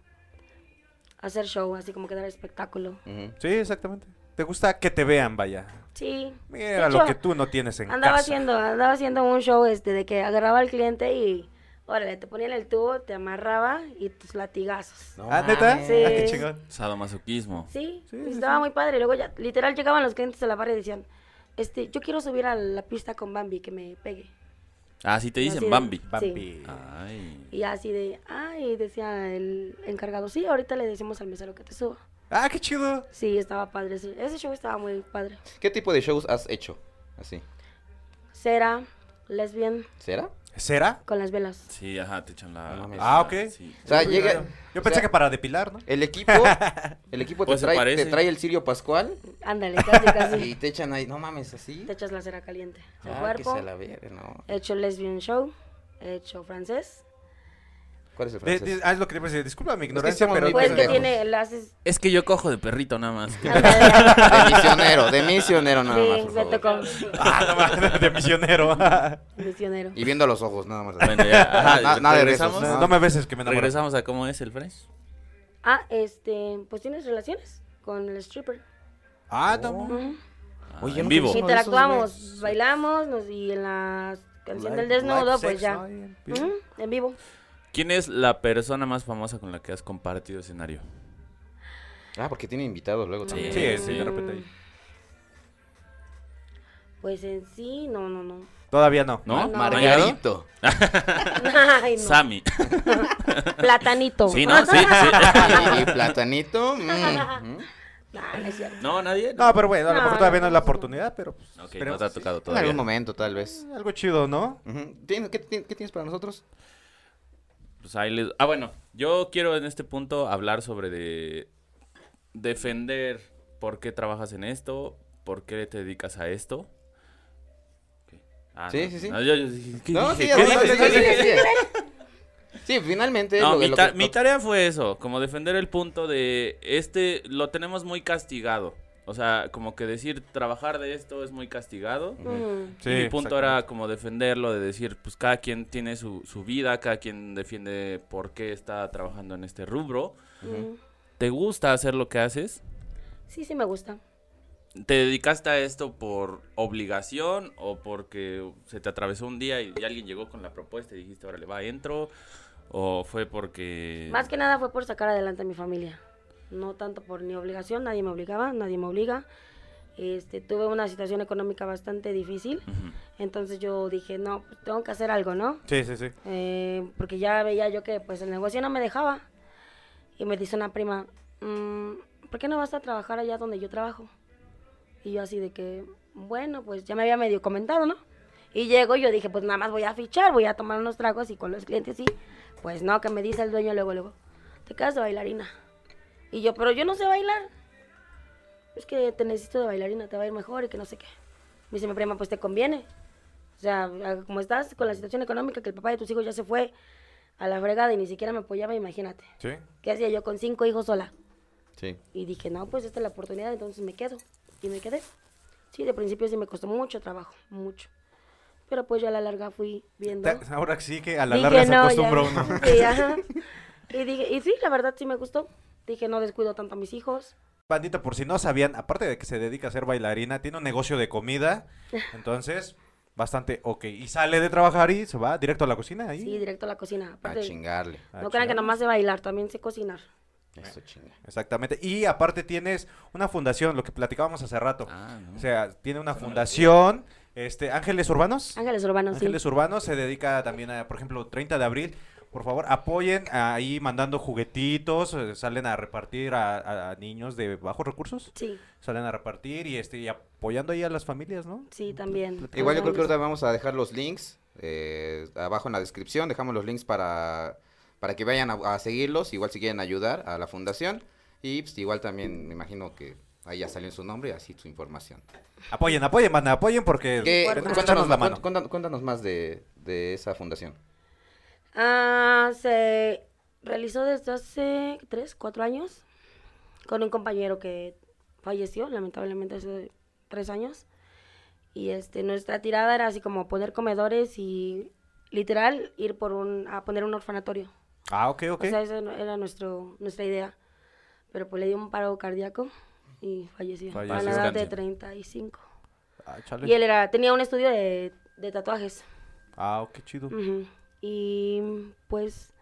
A: hacer show, así como que dar espectáculo.
B: Ujú.
C: Sí, exactamente. Te gusta que te vean, vaya.
A: Sí.
C: Mira
A: De hecho,
C: lo que tú no tienes en
A: Andaba
C: casa.
A: haciendo, andaba haciendo un show este de que agarraba al cliente y órale, te ponían el tubo, te amarraba y tus latigazos.
B: No
C: Ah, ¿neta?
B: mames.
A: Sí.
C: Ah, qué chingón.
E: Sadomasoquismo.
A: Sí,
C: Sí,
A: y
C: sí,
A: estaba muy padre. Luego ya, literal, llegaban los clientes a la barra y decían, este, yo quiero subir a la pista con Bambi, que me pegue.
E: Ah, sí te
A: Y así
E: dicen
A: de-
E: Bambi.
A: Sí.
C: Bambi.
E: Ay.
A: Y así de, ay, decía el encargado, sí, ahorita le decimos al mesero que te suba.
C: Ah, qué chido.
A: Sí, estaba padre. sí. Ese show estaba muy padre.
B: ¿Qué tipo de shows has hecho? Así.
A: Cera, lesbian,
B: ¿Será?
C: ¿Será?
A: con las velas.
E: Sí, ajá, te echan la.
B: No mames.
C: Ah, ok.
E: Sí.
B: O sea, llega...
C: Yo
B: o
C: pensé
B: sea,
C: que para depilar, ¿no?
B: El equipo, el equipo te,
E: Pues se
B: trae, te
E: parece.
B: trae el Sirio Pascual
A: Ándale, casi,
B: y
A: casi.
B: te echan ahí, no mames, así.
A: Te echas la cera caliente al
B: Ah, que
A: cuerpo.
B: se la verga, no.
A: He hecho lesbian show, he hecho francés.
B: ¿Cuál pues es el
C: De-
B: francés?
C: de- ah, es lo que le iba a decir. Disculpa mi
B: que
C: ignorancia,
B: somos
C: pero.
B: muy
A: Pues que
B: pendejos.
A: tiene, le haces...
E: Es que yo cojo de perrito nada más.
A: Ah. ándale,
B: De misionero, de misionero nada más,
A: Sí,
B: por
A: me
B: favor.
A: tocó
C: Ah, no mames, de misionero. no
A: misionero.
B: Y viendo a los ojos, nada más.
E: Bueno, ya, ajá,
B: Na- nada de
E: regresamos.
B: besos,
C: me beses que me enamoro.
E: Regresamos a cómo es el fresh.
A: Ah, este, pues tienes relaciones con el stripper.
C: Ah, no.
A: Ujú.
E: Ah,
B: Oye,
E: en
B: no
E: vivo.
B: Uno de esos,
A: Interactuamos, bailamos nos- y en la canción del desnudo, pues ya. Ujú, en vivo.
E: ¿Quién es la persona más famosa con la que has compartido escenario?
B: Ah, porque tiene invitados luego también.
C: Sí, sí,
E: Sí.
C: de repente ahí.
A: Pues en sí, no, no, no.
C: Todavía no.
B: Ah,
A: No.
E: ¿No? ¿No ha llegado?
B: Margarito.
A: Ay, no.
E: Sammy.
A: Platanito.
E: Sí, ¿no? Sí, sí.
B: Y, y platanito. mm, mm.
A: Ah, No, no es cierto.
E: No, nadie.
C: No, pero bueno, a lo
A: No,
C: mejor
A: no,
C: todavía no es la
A: no.
C: oportunidad, pero. pues,
E: Ok, no
C: esperemos
E: te ha
C: que sí.
E: tocado
B: En algún
E: todavía.
B: momento, tal vez.
C: Algo chido, ¿no?
B: Ujú. ¿Tienes- qué, qué- qué tienes para nosotros?
E: Pues ahí les- Ah, bueno, yo quiero en este punto hablar sobre de defender por qué trabajas en esto, por qué te dedicas a esto. Ok. Ah,
B: Sí,
E: no,
B: sí, sí.
E: no, yo- yo dije, ¿qué
B: No,
E: dije?
B: sí,
E: ¿Qué
B: adelante,
E: dije?
B: sí, sí, sí, sí. Sí, finalmente.
E: No,
B: lo-
E: mi,
B: lo
E: ta-
B: que-
E: mi tarea fue eso, como defender el punto de este lo tenemos muy castigado. O sea, como que decir trabajar de esto es muy castigado.
A: Mm.
E: Y mi punto era como defenderlo, de decir, pues cada quien tiene su, su vida, cada quien defiende por qué está trabajando en este rubro.
A: Mm.
E: ¿Te gusta hacer lo que haces?
A: Sí, sí me gusta.
E: ¿Te dedicaste a esto por obligación o porque se te atravesó un día y, y alguien llegó con la propuesta y dijiste, órale, va, entro? ¿O fue porque...?
A: Más que nada fue por sacar adelante a mi familia. No tanto por ni obligación, nadie me obligaba, nadie me obliga. Este, tuve una situación económica bastante difícil,
E: Ujú.
A: entonces yo dije, no, pues, tengo que hacer algo, ¿no?
C: Sí, sí, sí.
A: Eh, porque ya veía yo que pues el negocio no me dejaba. Y me dice una prima, "Mm, ¿por qué no vas a trabajar allá donde yo trabajo? Y yo así de que, bueno, pues ya me había medio comentado, ¿no? Y llego y yo dije, pues nada más voy a fichar, voy a tomar unos tragos y con los clientes sí. Pues no, que me dice el dueño luego, luego, te quedas de bailarina. Y yo, pero yo no sé bailar. Es que te necesito de bailarina, te va a ir mejor y que no sé qué. Me dice mi prima, pues te conviene. O sea, a- como estás con la situación económica, que el papá de tus hijos ya se fue a la fregada y ni siquiera me apoyaba, imagínate.
C: Sí.
A: ¿Qué hacía yo con cinco hijos sola?
B: Sí.
A: Y dije, no, pues esta es la oportunidad, entonces me quedo. Y me quedé. Sí, de principio sí me costó mucho trabajo, mucho. Pero pues ya a la larga fui viendo.
C: Ta- Ahora sí que a la
A: Dije,
C: larga se
A: "No, ya".
C: acostumbró uno.
A: Sí, ajá. Y dije, y sí, la verdad sí me gustó. Dije, no descuido tanto a mis hijos.
C: Bandita, por si no sabían, aparte de que se dedica a ser bailarina, tiene un negocio de comida. Entonces, bastante ok. Y sale de trabajar y se va directo a la cocina ahí.
A: Sí, directo a la cocina.
B: A
A: Aparte,
B: chingarle.
C: a
A: no crean que
C: chingar.
A: nomás sé bailar, también sé cocinar.
B: Eso chinga.
C: Exactamente. Y aparte tienes una fundación, lo que platicábamos hace rato.
E: Ah, no.
C: O sea, tiene una fundación, este, Ángeles Urbanos.
A: Ángeles Urbanos, sí.
C: Ángeles Urbanos se dedica también a, por ejemplo, 30 de abril, Por favor, apoyen ahí mandando juguetitos, eh, salen a repartir a, a- a niños de bajos recursos,
A: Sí,
C: salen a repartir y este y apoyando ahí a las familias, ¿no?
A: sí, también.
B: Igual yo creo que
A: Totalmente.
B: ahorita vamos a dejar los links eh, abajo en la descripción. Dejamos los links para, para que vayan a, a seguirlos. Igual si quieren ayudar a la fundación. Y pues, igual también me imagino que ahí ya salió su nombre y así su información.
C: Apoyen, apoyen, banda, apoyen porque
B: ¿Qué-
C: tenemos que
B: cuéntanos,
C: echarnos la
B: más-
C: mano.
B: cuéntanos- cuéntanos más de, de esa fundación.
A: Ah, se realizó desde hace tres, cuatro años con un compañero que falleció, lamentablemente hace tres años. Y este, nuestra tirada era así como poner comedores y literal ir por un, a poner un orfanatorio.
C: Ah, ok, ok.
A: O sea, esa no- era nuestro, nuestra idea. Pero pues le dio un paro cardíaco y falleció, a
E: Falleció.
A: la edad de
E: Descanse.
A: 35.
C: Ah, chale.
A: Y él era, tenía un estudio de, de tatuajes.
C: Ah, qué chido.
A: Ujú. Y pues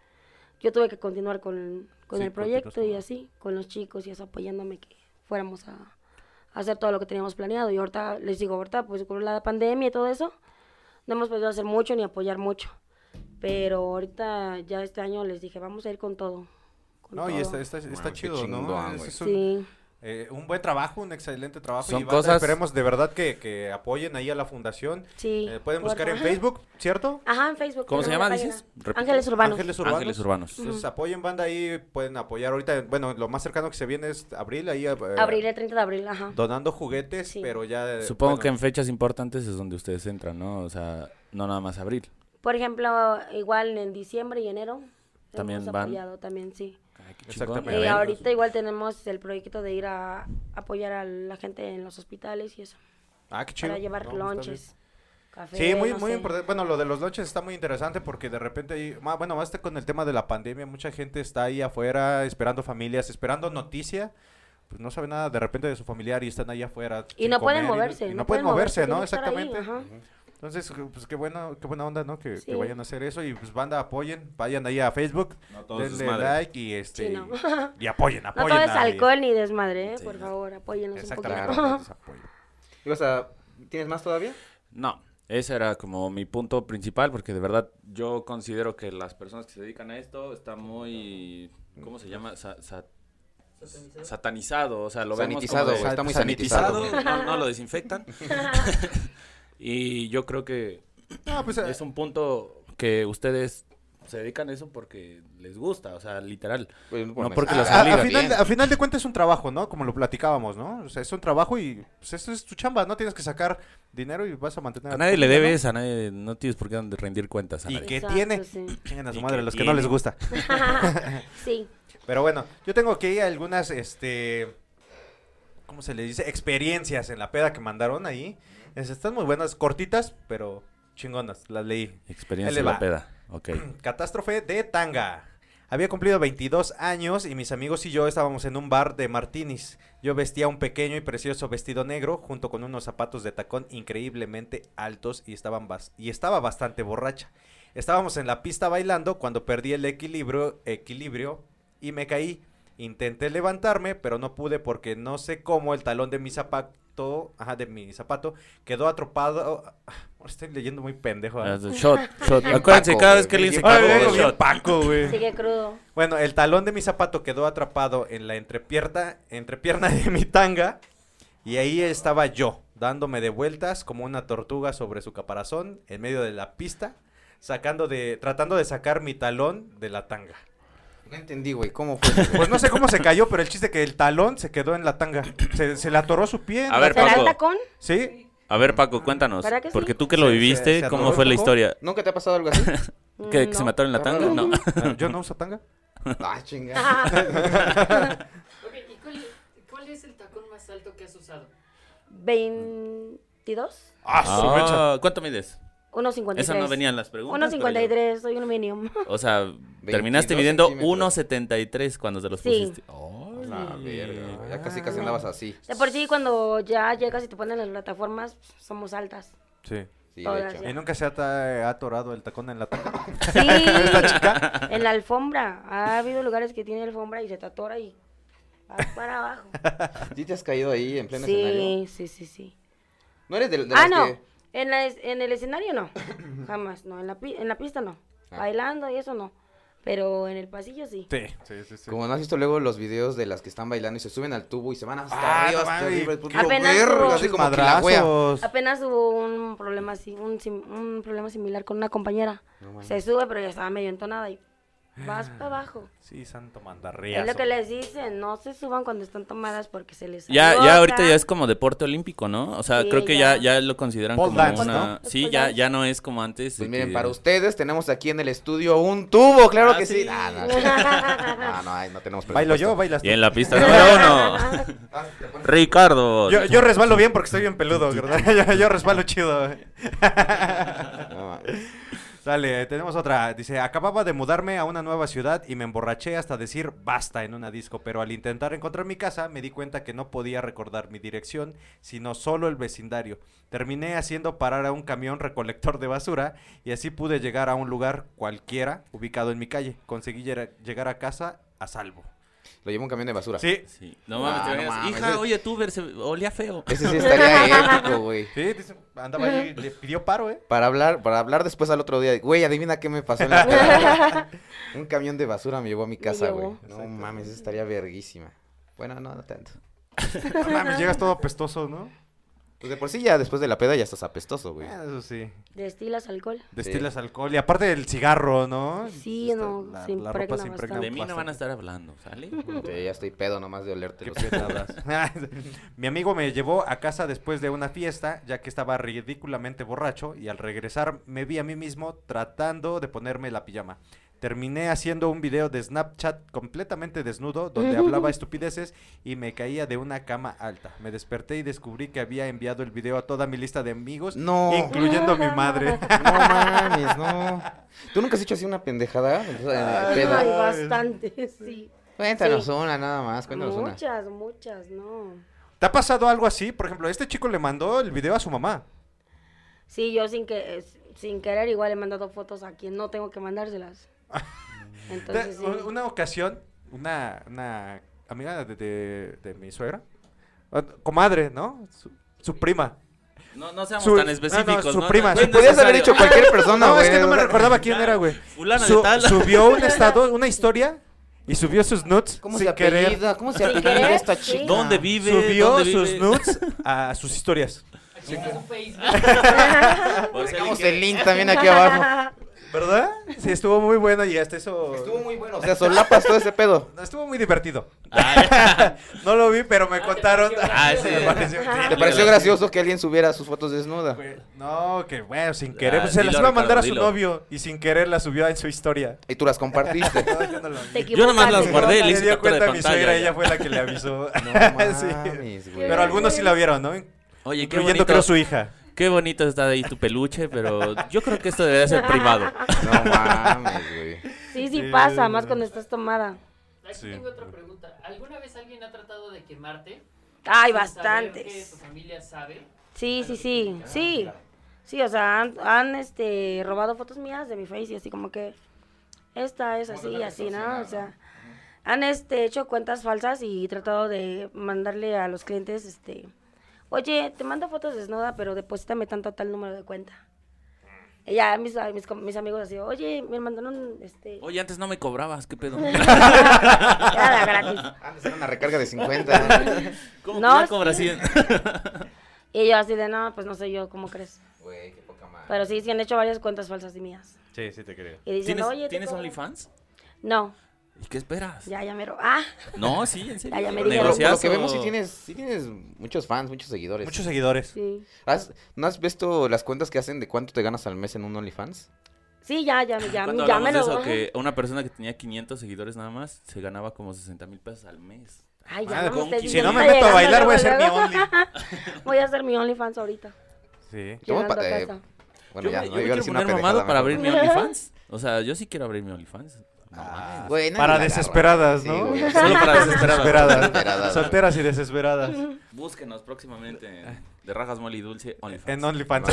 A: yo tuve que continuar con, con
C: Sí,
A: el proyecto y
C: continuas
A: así, con los chicos y eso apoyándome que fuéramos a, a hacer todo lo que teníamos planeado. Y ahorita les digo, ahorita pues con la pandemia y todo eso, no hemos podido hacer mucho ni apoyar mucho. Pero ahorita ya este año les dije, vamos a ir con todo. con
C: No, y
A: todo".
C: está, está, está
B: qué
C: chido, ¿no?
B: chingón,
C: Es-
B: güey.
C: es un-
A: Sí.
C: Eh, un buen trabajo, un excelente trabajo.
E: Son
C: y banda,
E: cosas-
C: Esperemos de verdad que, que apoyen ahí a la fundación.
A: Sí,
C: Eh, pueden buscar en
A: porfa.
C: Facebook, ¿cierto?
A: Ajá, en Facebook.
E: ¿Cómo se
A: tenemos
E: llama,
A: la página.
E: dices? Repite.
A: Ángeles Urbanos.
C: Ángeles Urbanos.
E: Ángeles Urbanos.
C: Entonces apoyen banda ahí, pueden apoyar ahorita. Bueno, lo más cercano que se viene es abril, ahí eh,
A: Abril, el 30 de abril, ajá.
C: donando juguetes,
A: Sí.
C: pero ya... eh,
E: Supongo
C: bueno,
E: que en fechas importantes es donde ustedes entran, ¿no? O sea, no nada más abril.
A: Por ejemplo, igual en diciembre y enero.
E: También
A: hemos
E: van.
A: apoyado también, sí.
E: Ay, qué
C: Exactamente.
E: chingón.
A: Y
C: ver.
A: ahorita igual tenemos el proyecto de ir a apoyar a la gente en los hospitales y eso.
C: Ah, qué chido.
A: para llevar
C: No, está bien.
A: lunches, café.
C: Sí, muy,
A: no
C: muy
A: sé.
C: importante. Bueno, lo de los lunches está muy interesante porque de repente, ahí- ma- bueno, más con el tema de la pandemia, mucha gente está ahí afuera esperando familias, esperando noticia, pues no sabe nada de repente de su familiar y están ahí afuera.
A: Y
C: sin
A: no pueden
C: comer y
A: moverse.
C: y no, pueden moverse, ¿no?
A: tienen que estar ahí,
C: Exactamente.
A: ajá.
C: Entonces, pues qué bueno, qué buena onda, ¿no? Que, que
A: Sí.
C: vayan a hacer eso y pues banda apoyen, vayan ahí a Facebook,
E: pues, No todo es
C: denle
E: desmadre.
C: like y este
A: Sí, no.
C: y apoyen,
A: No
C: apoyen.
A: todo es
C: a-
A: alcohol ni desmadre, ¿eh?
E: Sí,
A: por
E: no.
A: favor, apóyenos un
C: Exactamente.
A: poquito.
B: poquito.
C: pues, apoyen.
B: ¿Ibas a- ¿Tienes más todavía?
E: No, ese era como mi punto principal, porque de verdad yo considero que las personas que se dedican a esto está muy, ¿cómo se llama? Sa- sa-
F: Satanizado.
E: satanizado, o sea, lo
B: sanitizado, güey,
E: vemos como de-
B: está muy sanitizado.
E: sanitizado, no, no lo desinfectan. y yo creo que
C: No, pues,
E: es un punto que ustedes se dedican a eso porque les gusta, o sea, literal.
B: Pues,
E: No,
B: bueno,
E: porque
B: ah,
E: los
B: ah,
C: A, a
E: obligan.
C: final, de-
B: bien.
C: a final de cuentas es un trabajo, ¿no? Como lo platicábamos, ¿no? O sea, es un trabajo y pues, eso es tu chamba, ¿no? Tienes que sacar dinero y vas a mantener
E: A
C: tu
E: nadie le
C: familia,
E: debes, a nadie, no tienes por qué rendir cuentas a
C: ¿no? ¿Y
E: nadie.
C: qué
A: Exacto,
C: tiene?
A: sí.
C: Chinguen a su
E: ¿Y
C: madre,
E: qué
C: los que no les
E: tiene?
C: gusta.
A: sí,
C: Pero bueno, yo tengo que ir a algunas, este... ¿Cómo se le dice? Experiencias en la peda que mandaron ahí. Es- están muy buenas, cortitas, pero chingonas. Las leí. Ahí
E: Experiencia
C: le
E: en la
C: va.
E: peda, ok.
C: Catástrofe de Tanga. Había cumplido 22 años y mis amigos y yo estábamos en un bar de martinis. Yo vestía un pequeño y precioso vestido negro junto con unos zapatos de tacón increíblemente altos y, estaban bas- y estaba bastante borracha. Estábamos en la pista bailando cuando perdí el equilibrio, equilibrio y me caí. Intenté levantarme, pero no pude porque no sé cómo el talón de mi zapato, ajá, de mi zapato quedó atropado. Ahora Estoy leyendo muy pendejo. ¿eh?
E: Ah, Shot, shot. Acuérdense,
B: Paco,
E: cada
B: güey,
E: vez que alguien se
B: bien Paco,
E: caga,
B: güey.
E: es shot.
C: Paco, güey.
A: sigue crudo.
C: Bueno, el talón de mi zapato quedó atrapado en la entrepierna, entrepierna de mi tanga y ahí estaba yo, dándome de vueltas como una tortuga sobre su caparazón en medio de la pista, sacando de, tratando de sacar mi talón de la tanga.
B: No entendí, güey, ¿cómo fue?
C: Pues no sé cómo se cayó, pero el chiste que el talón se quedó en la tanga. Se, se le atoró su pie.
E: A ver,
A: ¿Será
E: Paco.
A: el tacón?
C: ¿Sí?
E: A ver, Paco, cuéntanos.
A: ¿Verdad que sí?
E: Porque tú que lo
C: Se-
E: viviste,
C: se- se
E: ¿cómo
C: atoró
E: fue
C: el
E: la
C: coco.
E: historia?
B: ¿Nunca te ha pasado algo así?
E: ¿Que, que se
A: No.
E: mataron en la tanga? No.
C: Ah, Yo no uso tanga.
B: ah, chingada.
F: Ok, ¿y cuál, es- cuál es el tacón más alto que has usado?
A: 22,
C: Ah, su mecha.
E: Ah, ¿Cuánto mides?
A: 1.53.
E: Esa no venían las preguntas. pero yo-
A: 1.53, soy un minium.
E: O sea,
B: 22
E: terminaste midiendo
B: centímetros.
E: 1.73 cuando te los
A: Sí.
E: pusiste. Ay.
B: La Ah, verga, güey, ya casi casi andabas así.
A: De por sí, cuando ya llegas y te ponen las plataformas, somos altas.
C: Sí.
B: Sí, de
A: Todas
B: hecho.
C: ¿Y nunca se ha ta- ha atorado el tacón en la tanga?
A: Sí, en la alfombra. Ha habido lugares que tiene alfombra y se te atora y vas para abajo.
B: ¿Sí te has caído ahí en pleno escenario?
A: Sí, sí, sí, sí.
B: ¿No eres de, de
A: Ah,
B: las
A: no.
B: que...?
A: En, la es- en el escenario no. Jamás, no. En la, pi- en la pista no.
B: Ah.
A: Bailando y eso no. Pero en el pasillo sí.
C: Sí, sí, sí. sí.
B: Como no has visto luego los videos de las que están bailando y se suben al tubo y se van hasta
C: Ah,
B: arriba,
C: no
B: hasta
C: mames,
B: arriba, el
C: qué
B: puto
A: Apenas
B: verga,
A: hubo-
B: así como que la wea. Pues
C: madrazos.
A: Apenas hubo un problema así, un, sim- un problema similar con una compañera.
B: No mames.
A: se sube, pero ya estaba medio entonada y vas para abajo.
C: Sí, santo
A: Es lo
C: mandarriazo.
A: que les dicen, no se suban cuando están tomadas porque se les
E: Ya,
A: alborota.
E: ya ahorita ya es como deporte olímpico, ¿no? O sea,
A: Sí,
E: creo que ya,
A: ya.
E: ya lo consideran
C: Pole
E: como
C: dance,
E: una...
A: ¿no?
E: Sí,
A: Pole
E: ya,
A: dance.
E: ya no es como antes. de
B: Pues miren,
E: que-
B: para ustedes tenemos aquí en el estudio un tubo, claro
E: Ah,
B: que sí.
E: sí.
B: Ah, no, no, no, no, ay, no tenemos
C: ¿Bailo yo
B: presupuesto.
C: o bailas tú?
E: Y en la pista número uno,
B: Ah, te pones-
E: Ricardo.
C: Yo, yo resbalo bien porque estoy bien peludo, ¿verdad? Yo, yo resbalo chido. güey.
B: No, mames.
C: Dale, tenemos otra. Dice, acababa de mudarme a una nueva ciudad y me emborraché hasta decir basta en una disco, pero al intentar encontrar mi casa me di cuenta que no podía recordar mi dirección, sino solo el vecindario. Terminé haciendo parar a un camión recolector de basura y así pude llegar a un lugar cualquiera ubicado en mi calle. Conseguí llegar llegar a casa a salvo.
B: Lo llevo un camión de basura.
C: Sí,
E: Sí. No mames,
B: Ah,
E: te
B: no
E: imaginas,
B: mames,
E: Hija,
B: ese-
E: oye, tú, verse- olía feo.
B: Ese sí estaría épico, güey.
C: sí, dice, andaba ahí, le pidió paro, ¿eh?
B: Para hablar, para hablar después al otro día. Güey, adivina qué me pasó en la escuela, güey. Un camión de basura me llevó a mi casa, güey.
A: llevó.
B: No mames, eso estaría verguísima. Bueno, no, no tanto.
C: No mames, llegas todo apestoso, ¿no?
B: Pues de por sí ya después de la peda ya estás apestoso, güey.
C: Ah, Eso sí.
A: Destilas alcohol.
C: Destilas alcohol y aparte del cigarro, ¿no? Este,
A: Sí,
C: Está-
A: no, se impregna bastante.
E: De mí no van a
C: bastante.
E: estar hablando, ¿sale?
B: Te- ya estoy pedo nomás de olerte
C: Qué
B: los
C: pedadas. Mi amigo me llevó a casa después de una fiesta, ya que estaba ridículamente borracho, y al regresar me vi a mí mismo tratando de ponerme la pijama. Terminé haciendo un video de Snapchat completamente desnudo, donde hablaba estupideces y me caía de una cama alta. Me desperté y descubrí que había enviado el video a toda mi lista de amigos,
B: No.
C: incluyendo a mi madre.
B: No mames, no. ¿Tú nunca has hecho así una pendejada? Entonces, eh,
C: Ay,
A: Ay,
B: pedo.
C: no.
A: bastante, sí.
B: Cuéntanos
A: Sí.
B: una nada más, cuéntanos una.
A: Muchas, muchas, no.
C: ¿Te ha pasado algo así? Por ejemplo, este chico le mandó el video a su mamá.
A: Sí, yo sin que eh, sin querer igual he mandado fotos a quien no tengo que mandárselas. Entonces, sí.
C: Te- u- Una ocasión, una, una amiga de, de- de mi suegra, o- comadre, ¿no? Su, su prima.
E: No, no seamos
C: Su-
E: tan
C: no, no,
E: específicos.
C: su
E: ¿no?
C: prima,
E: No
C: su-
E: es
B: Podrías haber dicho
E: necesario.
B: cualquier persona,
C: No,
B: güey.
C: es que no me
B: o sea,
C: recordaba quién era, güey.
E: Fulana de
C: Su-
E: tal.
C: subió un estado, una historia y subió sus nudes
B: ¿Cómo
C: sin
B: se
C: querer.
B: apellida? ¿Cómo se
A: Sin
B: apellida
A: querer,
B: esta
A: sí.
B: chica?
E: ¿Dónde vive?
C: Subió
E: ¿Dónde vive?
C: sus nudes a sus historias.
F: Aquí está su Facebook.
E: O sea,
B: Dejamos
E: que-
B: el link también aquí abajo.
C: ¿Verdad? Sí, estuvo muy buena y hasta eso...
B: Estuvo muy bueno. O sea, solapas todo ese pedo.
C: No, estuvo muy divertido.
E: Ah,
C: No lo vi, pero me
F: te
C: contaron.
F: pareció
E: Ah, sí.
C: Me pareció increíble.
B: ¿Te pareció gracioso que alguien subiera sus fotos desnuda?
C: Güey, No, que bueno, sin querer.
E: Ah,
C: pues, se las
E: dilo,
C: iba a mandar a su
E: Ricardo,
C: novio y sin querer la subió en su historia.
B: Y tú las compartiste.
C: No, yo no lo vi.
A: Te
E: Yo nomás las
A: equivocas,
E: guardé,
A: te
E: le
C: Se
E: hice
A: equivocas.
C: dio
E: captura de
C: cuenta mi
E: pantalla,
C: suegra,
E: ya.
C: ella fue la que le avisó.
B: No mames,
C: Sí.
B: güey.
C: Pero algunos sí la vieron, ¿no?
E: Oye, qué
C: Incluyendo creo
E: bonito,
C: su hija.
E: qué bonito está ahí tu peluche, pero yo creo que esto debería ser privado.
B: No mames, güey.
A: Sí, sí
C: Sí,
A: pasa,
C: no.
A: más cuando estás tomada.
F: Aquí
C: Sí.
F: tengo otra pregunta. ¿Alguna vez alguien ha tratado de quemarte?
A: Ay,
F: sin saber que tu
A: bastantes.
F: familia sabe.
A: Sí, sí, sí, Ah, sí. Sí, o sea, han, han, este, robado fotos mías de mi face y así como que esta es así y así, ¿no? O sea, han este, hecho cuentas falsas y tratado de mandarle a los clientes, este, oye, te mando fotos desnuda, pero deposítame tanto a tal número de cuenta. Y ya mis, a- mis, com- mis amigos así, oye, me mandaron, este,
E: Oye, antes no me cobrabas, qué pedo.
A: era gratis.
B: Antes era una recarga de 50.
E: ¿Cómo que
A: No,
E: ya cobras
A: sí.
E: 100?
A: Y yo así de, no, pues no sé yo, ¿cómo crees?
B: Güey, qué poca madre.
A: Pero sí, sí han hecho varias cuentas falsas y mías.
C: Sí, sí te creo.
A: Y dicen,
E: ¿Tienes,
A: oye, te
E: ¿tienes
A: cobro".
E: OnlyFans?
A: No,
E: ¿Y qué esperas?
A: ya, ya mero. Ah,
E: No, sí, en serio.
A: Ya, ya me
B: Por lo- por lo
E: Negociazo.
B: que vemos, sí tienes, sí tienes muchos fans, muchos
E: Pues
B: seguidores.
C: Muchos seguidores.
A: sí.
B: ¿Has- ¿No has visto las cuentas que hacen de cuánto te ganas al mes en un OnlyFans?
A: Sí, ya, ya, ya,
E: ¿Cuándo
A: ya
E: hablamos
A: me
E: de
A: lo
E: eso? Que una persona que tenía 500 seguidores nada más se ganaba como 60 mil pesos al mes.
A: Ay, ya,
C: Madre,
A: no
E: con
A: estés
E: quince.
C: Ah, Si
A: diciendo,
C: no me
A: está
C: meto a
A: llegando
C: bailar, voy a ser
A: luego,
C: mi
A: luego.
C: only.
A: Voy a hacer mi OnlyFans ahorita.
C: Sí.
B: Yo,
A: llegando a
B: eh,
A: casa.
B: Bueno,
E: yo
B: ya,
E: me, yo
B: no, iba
E: me
B: a
E: quiero
B: decir una
E: poner
B: pendejada,
E: mamado para
B: me
E: abrir mi
B: acordé.
E: OnlyFans. O sea, yo sí quiero abrir mi OnlyFans. Ah, No mames.
B: Güey, nadie
C: Para
B: la agarra.
C: desesperadas, ¿no?
B: Sí, güey.
E: Solo para desesperadas.
C: Desesperadas.
B: Desesperadas.
C: Solteras y desesperadas.
E: Búsquenos próximamente
B: Eh.
E: en de rajas mole y dulce OnlyFans.
C: En OnlyFans.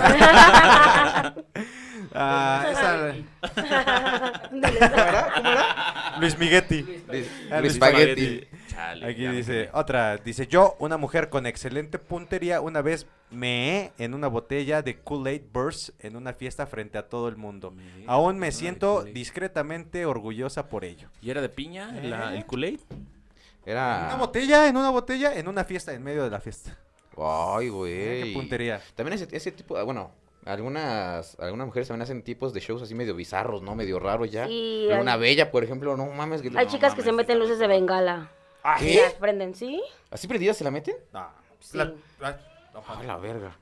C: Ah, esa-
A: Ándale, está.
C: Luis Miguetti.
F: Luis,
B: Luis-
C: Ah,
B: Luis
C: Spaghetti.
B: Spaghetti.
E: Chale,
C: Aquí
E: ya me
C: dice
E: quemé.
C: otra, dice yo, una mujer con excelente puntería, una vez meé en una botella de Kool-Aid Burst en una fiesta frente a todo el mundo.
E: Meé
C: Aún
E: en
C: me
E: una de
C: siento
E: Kool-Aid.
C: discretamente orgullosa por ello.
E: ¿Y era de piña la- el Kool-Aid? Ah.
C: Una
B: Era.
C: botella, en una botella, en una fiesta, en medio de la fiesta.
B: Ay,
C: Mira
B: güey.
C: Qué puntería.
B: También ese, ese tipo, ah, bueno, algunas, algunas mujeres también hacen tipos de shows así medio bizarros, ¿no? Medio raros ya.
A: Sí,
B: Pero
A: hay-
B: una bella, por ejemplo, no mames. que-
A: Hay
B: no
A: chicas que se
B: mames.
A: meten luces de bengala.
B: ¿Ah,
A: Y
B: ¿qué?
A: las prenden, ¿sí?
B: ¿Así prendidas se la meten?
C: No,
A: Sí.
C: la- la- no,
B: Ah, la verga.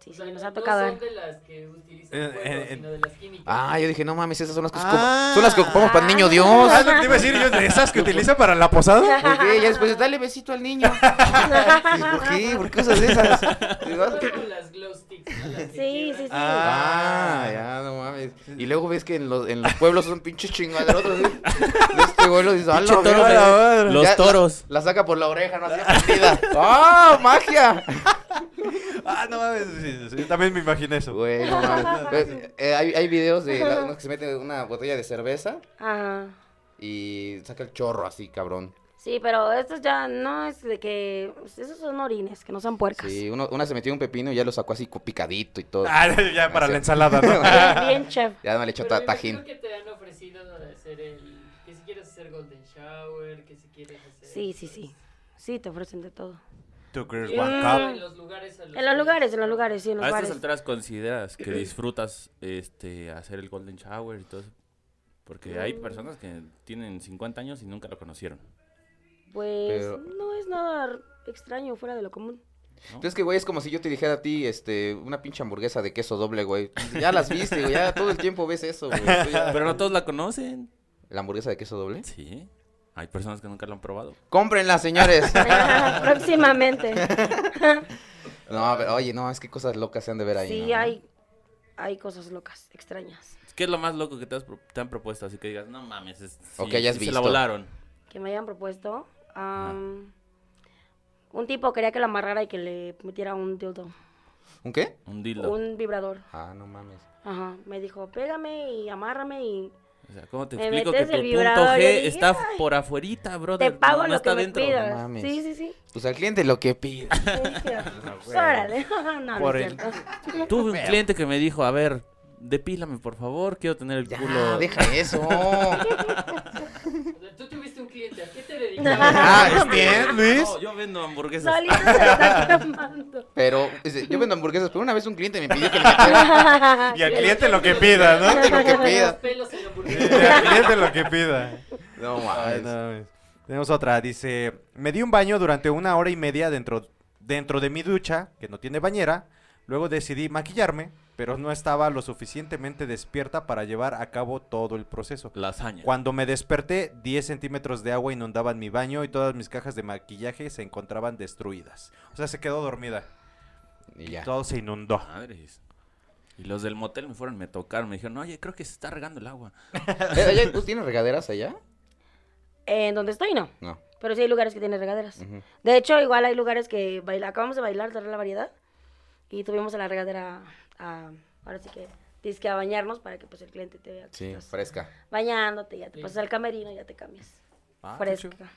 A: Sí,
F: O
A: sí,
F: sea,
A: nos
F: no-
A: ha tocado.
F: No son de las que utilizan
C: Eh,
F: fuego,
C: eh,
F: sino de las químicas.
B: Ah, yo dije, no mames, esas son las que, ocupa-
C: Ah.
B: son las que ocupamos para el niño Dios.
C: Ah, es lo que te iba a decir yo de esas que utiliza para la posada?
B: ¿Por qué? Ya después, dale besito al niño. ¿Por qué? ¿Por qué usas esas?
F: Son como las glow sticks. ¿no? Las que
A: Sí, sí,
F: quiebran.
A: sí.
B: Ah, ya, no mames. Y luego ves que en los, en los pueblos son pinches chingaderos. De este güey lo dice, "A la
E: Pinche toro
B: verga".
E: de-
B: Ya la-
E: los toros.
B: La, saca por la oreja, no hacía partida. ¡Ah, magia!
C: Ah, no mames, sí, sí, yo también me imaginé eso.
B: Güey, no mames. Pues, eh, hay, hay videos de la- unos que se meten una botella de cerveza
A: Ajá.
B: y saca el chorro así, cabrón.
A: Sí, pero estos ya no es de que. pues, Esos son orines, que no son puercas.
B: Sí, uno- una se metió un pepino y ya lo sacó así co- picadito y todo.
C: Ah, ya para la ensalada, ¿no?
A: Bien, bien, chef.
B: Ya no le echó
F: Pero me
B: ta-
F: imagino
B: tajín.
F: que te han ofrecido hacer el... Que si quieres hacer golden shower, que si quieres hacer...
A: Sí, sí, sí. Sí, te ofrecen de todo.
C: Two
F: Y
C: girls,
F: eso
C: one
F: En
C: cup.
F: los lugares. a
A: En los
F: que-
A: lugares, en los lugares, sí, en los
E: ¿A este estas
A: bares.
E: alturas consideras que disfrutas este hacer el Golden Shower y todo eso? Porque
A: Mm.
E: hay personas que tienen 50 años y nunca lo conocieron.
A: Pues
B: Pero-
A: no es nada r- extraño, fuera de lo común.
B: Entonces, que, güey, es como si yo te dijera a ti, este, una pinche hamburguesa de queso doble, güey. Ya las viste, güey, ya todo el tiempo ves eso, güey. Tú ya-
E: Pero no todos la conocen.
B: ¿La hamburguesa de queso doble?
E: Sí. Hay personas que nunca lo han probado.
B: ¡Cómprenla, señores!
A: Próximamente.
B: No, pero, oye, no, es que cosas locas se han de ver ahí.
A: Sí,
B: ¿no?
A: hay, hay cosas locas, extrañas.
E: ¿Qué es lo más loco que te, has pro- te han propuesto? Así que digas, no mames, es,
B: O
E: sí,
B: que hayas
E: sí se la
B: visto.
E: volaron.
A: que me hayan propuesto. am, Un tipo quería que lo amarrara y que le metiera un dildo,
B: ¿Un qué?
E: Un dildo.
A: un vibrador.
B: Ah, no mames.
A: Ajá, me dijo, pégame y amárrame y
E: O sea, ¿cómo te
A: Me
E: explico que
A: metes
E: tu
A: el
E: punto
A: vibrador,
E: G
A: yo dije,
E: está por afuerita, brother?
A: te pago
E: no, no
A: lo
E: está
A: que me
E: dentro.
A: pidas.
B: No mames.
A: sí, sí, sí.
B: Pues al cliente lo que pide.
A: Sí, sí. Órale, no, no
C: Por
A: es
C: el-
A: cierto.
E: Tuve un cliente que me dijo, a ver, depílame por favor, quiero tener el
B: Ya,
E: culo.
B: deja eso.
F: O sea, Tú tuviste un cliente, ¿a qué te dedicas?
B: ah, es bien, Luis.
E: No, yo vendo hamburguesas.
A: Solito se está quemando.
B: Pero, dice, yo vendo hamburguesas, pero una vez un cliente me pidió que le metiera
C: Y al cliente lo que pida, ¿no?
B: lo que
F: Los
B: pida.
F: pelos en la
E: Eh,
F: hamburguesa.
C: Y al cliente lo que pida.
B: No
C: Ay,
B: mames.
C: no, mames. Tenemos otra, dice, me di un baño durante una hora y media dentro, dentro de mi ducha, que no tiene bañera, luego decidí maquillarme, pero no estaba lo suficientemente despierta para llevar a cabo todo el proceso.
E: Lasaña.
C: Cuando me desperté, 10 centímetros de agua inundaban mi baño y todas mis cajas de maquillaje se encontraban destruidas. O sea, se quedó dormida.
B: Y ya.
C: Todo se inundó.
E: Madres. Y los del motel me fueron, me tocaron, me dijeron, oye, creo que se está regando el agua.
B: Eh, allá- ¿Tú tienes regaderas allá?
A: En donde estoy no,
B: No.
A: pero sí hay lugares que tienen regaderas.
B: Ujú.
A: De hecho, igual hay lugares que baila, acabamos de bailar, darle la variedad, y tuvimos en la regadera a, ahora sí que, disque a bañarnos para que pues el cliente te vea. que
B: Sí,
A: estás-
B: fresca.
A: bañándote, ya te pasas al camerino, ya te cambias.
B: Ah,
C: Ah,
A: Fresca.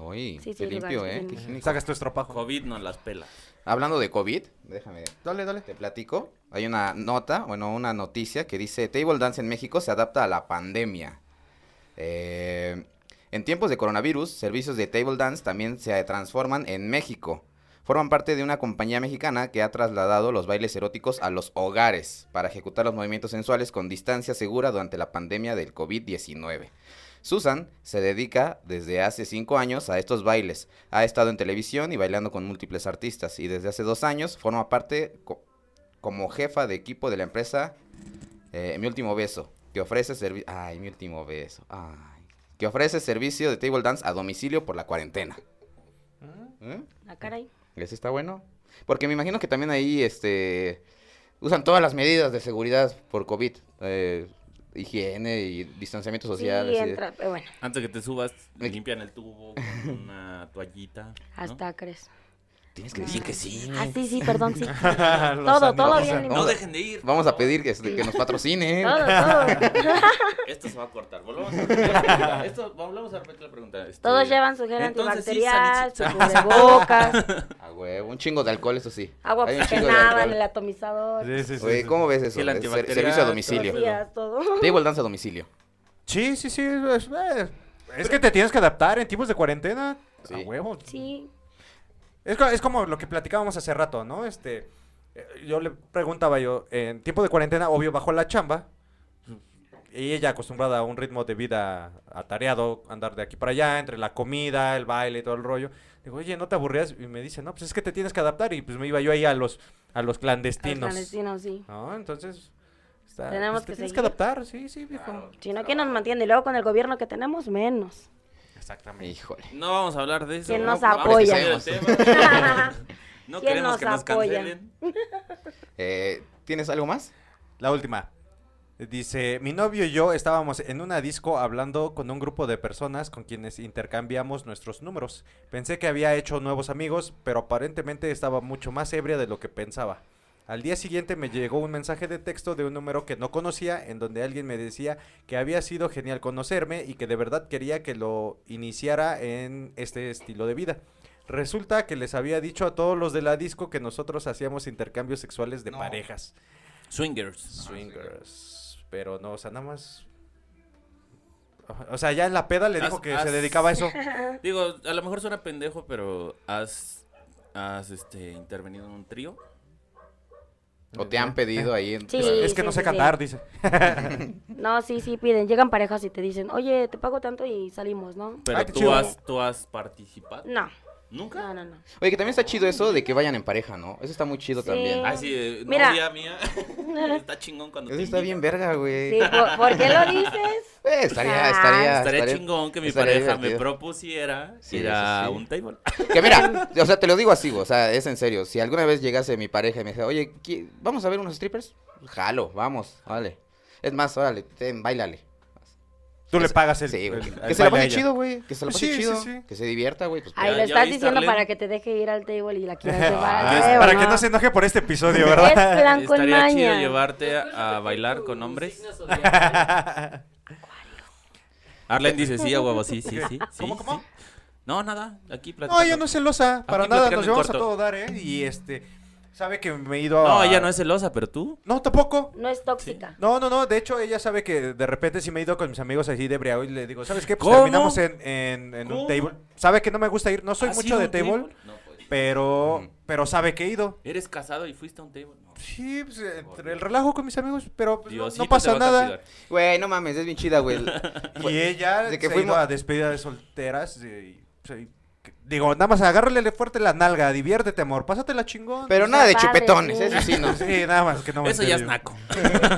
B: Uy,
A: Sí, sí,
B: qué
A: hay lugares
B: limpio,
A: que
B: ¿eh?
A: tienen.
B: Qué higiénico.
C: Sacas tu estropajo.
E: COVID nos las pela.
B: Hablando de COVID, déjame,
C: Dale, dale.
B: te platico. Hay una nota, bueno, una noticia que dice, Table Dance en México se adapta a la pandemia. Eh, en tiempos de coronavirus, servicios de Table Dance también se transforman en México. Forman parte de una compañía mexicana que ha trasladado los bailes eróticos a los hogares para ejecutar los movimientos sensuales con distancia segura durante la pandemia del COVID-19. Susan se dedica desde hace cinco años a estos bailes. Ha estado en televisión y bailando con múltiples artistas y desde hace dos años forma parte co- como jefa de equipo de la empresa eh, Mi Último Beso, que ofrece servicio... Ay, Mi Último Beso. Ay. Que ofrece servicio de table dance a domicilio por la cuarentena. ¿Eh?
A: La cara ahí.
B: Ese está bueno. Porque me imagino que también ahí este usan todas las medidas de seguridad por COVID. eh, higiene y distanciamiento
A: Sí,
B: social. así de-
A: entra, pero bueno,
E: Antes de que te subas,
B: Me-
E: limpian el tubo con una toallita. ¿no?
A: hasta crees.
B: Tienes que decir que sí.
A: Ah, sí, sí, perdón, sí.
C: Los
A: todo, todo
C: animales,
A: bien.
C: ¿no?
A: ni modo.
E: No dejen de ir.
B: Vamos a pedir que, este, que nos patrocine.
A: Todo, todo.
E: Esto se va a cortar. Volvamos a repetir la pregunta. Esto, volvamos a repetir la pregunta. Este,
A: Todos llevan su gel
E: entonces sí,
A: antibacterial,
E: sanitiz-
A: su cubrebocas,
B: A huevo, un chingo de alcohol, eso sí.
A: agua pues,
B: Hay un chingo de
A: oxigenada en
B: alcohol.
A: el atomizador,
C: Sí, sí, sí,
B: Oye,
C: sí.
B: ¿cómo ves eso?
E: Sí, el Ah,
B: Ser-
E: antibacterial,
B: Servicio a
E: todo
B: domicilio.
E: el
A: días, todo.
B: Table dance a domicilio.
C: Sí, sí, sí. Es, eh, es que te tienes que adaptar en tiempos de cuarentena.
B: Sí.
C: A huevo.
A: Sí,
C: Es, co- es como lo que platicábamos hace rato, ¿no? Este, eh, yo le preguntaba yo, en tiempo de cuarentena, obvio, bajo la chamba. Y ella acostumbrada a un ritmo de vida atareado, andar de aquí para allá, entre la comida, el baile y todo el rollo. Digo, oye, ¿no te aburrías? Y me dice, no, pues es que te tienes que adaptar. Y pues me iba yo ahí a los, a los
A: a los
C: clandestinos.
A: clandestinos, sí.
C: ¿No? Entonces, está-
A: Tenemos
C: pues, te
A: que
C: tienes que
A: seguir.
C: adaptar, sí, sí, viejo.
A: Si no, ¿quién nos mantiene? Y luego con el gobierno que tenemos, menos.
C: Exactamente.
B: Híjole.
E: No vamos a hablar de eso.
A: ¿Quién
E: No,
A: nos
E: vamos a
A: apoya?
E: cambiar el tema. No
A: ¿Quién
E: queremos
A: nos
E: que nos
A: apoya?
E: cancelen.
B: Eh, ¿Tienes algo más?
C: La última. Dice, mi novio y yo estábamos en una disco hablando con un grupo de personas con quienes intercambiamos nuestros números. Pensé que había hecho nuevos amigos, pero aparentemente estaba mucho más ebria de lo que pensaba. Al día siguiente me llegó un mensaje de texto de un número que no conocía, en donde alguien me decía que había sido genial conocerme y que de verdad quería que lo iniciara en este estilo de vida. Resulta que les había dicho a todos los de la disco que nosotros hacíamos intercambios sexuales de
B: No.
C: parejas.
E: Swingers.
C: Swingers. Pero no, o sea, nada más. O sea, ya en la peda le dijo
E: Haz-
C: que se
E: haz-
C: dedicaba a eso.
E: Digo, a lo mejor suena pendejo, pero has, has este, intervenido en un trío.
B: ¿O te han pedido ahí? en-
A: Sí.
C: es que no
A: sí,
C: sé
A: sí.
C: cantar, dice.
A: No, sí, sí, piden. Llegan parejas y te dicen, oye, te pago tanto y salimos, ¿no?
E: Pero
C: Ah, qué
E: tú,
C: chido.
E: has, tú has participado.
A: No,
E: ¿Nunca?
A: no, no, no.
B: Oye, que también está chido eso de que vayan en pareja, ¿no? Eso está muy chido
A: Sí.
B: también.
E: Ah, sí, eh,
A: Mira.
E: novia mía. está chingón cuando
B: Eso
E: te
B: está bien
E: invitan.
B: verga, güey.
A: Sí, ¿por, por qué lo dices?
B: Eh, estaría,
A: Ah,
B: estaría,
E: Estaría chingón que mi
B: estaría
E: pareja me
B: divertido.
E: propusiera
B: Sí,
E: ir
B: eso
E: a
B: sí.
E: un table.
B: Que mira, o sea, te lo digo así, o sea, es en serio. Si alguna vez llegase mi pareja y me dijera, oye, ¿qui- ¿vamos a ver unos strippers? Jalo, vamos, órale. Es más, órale, ten, bailale.
C: Tú le pagas el.
B: Sí, güey.
C: el-
B: Que
C: el
B: se la
C: baile a
B: pase
C: ella.
B: chido, güey. Que se la pase
C: Sí, sí,
B: chido.
C: sí.
B: Que se divierta, güey. Pues,
E: Ay,
A: Ahí
E: ya
A: lo estás
E: viste,
A: diciendo
E: Arlene.
A: para que te deje ir al table y la quieras llevar.
C: Ah,
A: al
C: para
A: table,
C: que no se enoje por este episodio,
A: Es
C: ¿verdad?
A: plan con
E: Estaría chido
A: maña.
E: llevarte
F: ¿Puedes
E: a
F: repetir
E: bailar
F: tu
E: con hombres.
F: signo zodiacal?
E: Arlen dice sí, a huevo, sí, sí, sí.
C: ¿Cómo,
E: sí,
C: cómo?
E: sí. No, nada, aquí platicamos.
C: No, ella no es celosa. Para
E: Aquí
C: nada,
E: platicando
C: nos
E: en
C: llevamos a
E: corto.
C: todo dar, ¿eh? Y este. Sabe que me he ido a.
E: No, ella no es celosa, pero tú.
C: No, tampoco.
A: No es tóxica.
C: No, no, no. De hecho, ella sabe que de repente si me he ido con mis amigos así de briago y le digo, ¿sabes qué? Pues
E: ¿Cómo?
C: terminamos en, en- en un
E: ¿Cómo?
C: table. Sabe que no me gusta ir. No soy
E: ¿Has
C: mucho
E: ido a
C: de
E: un
C: table,
E: No, pues.
C: pero pero sabe que he ido.
E: Eres casado y fuiste a un table. No.
C: Sí, pues, entre el relajo con mis amigos, pero pues, no-
E: Diosito
C: no,
E: te va
C: pasa
E: a
C: nada.
E: castigar.
B: Güey, no mames, es bien chida, güey.
C: Y ella
B: de que
C: se ha ido
B: fuimos-
C: a despedida de solteras. eh, y- sí, que- digo, nada más agárrale fuerte la nalga, diviértete, amor, pásatela chingón.
B: Pero
C: Sí,
B: nada de
A: Padre,
B: chupetones,
A: sí.
B: eso sí, no.
C: Sí, nada más que no me
E: Eso ya es
C: entere yo.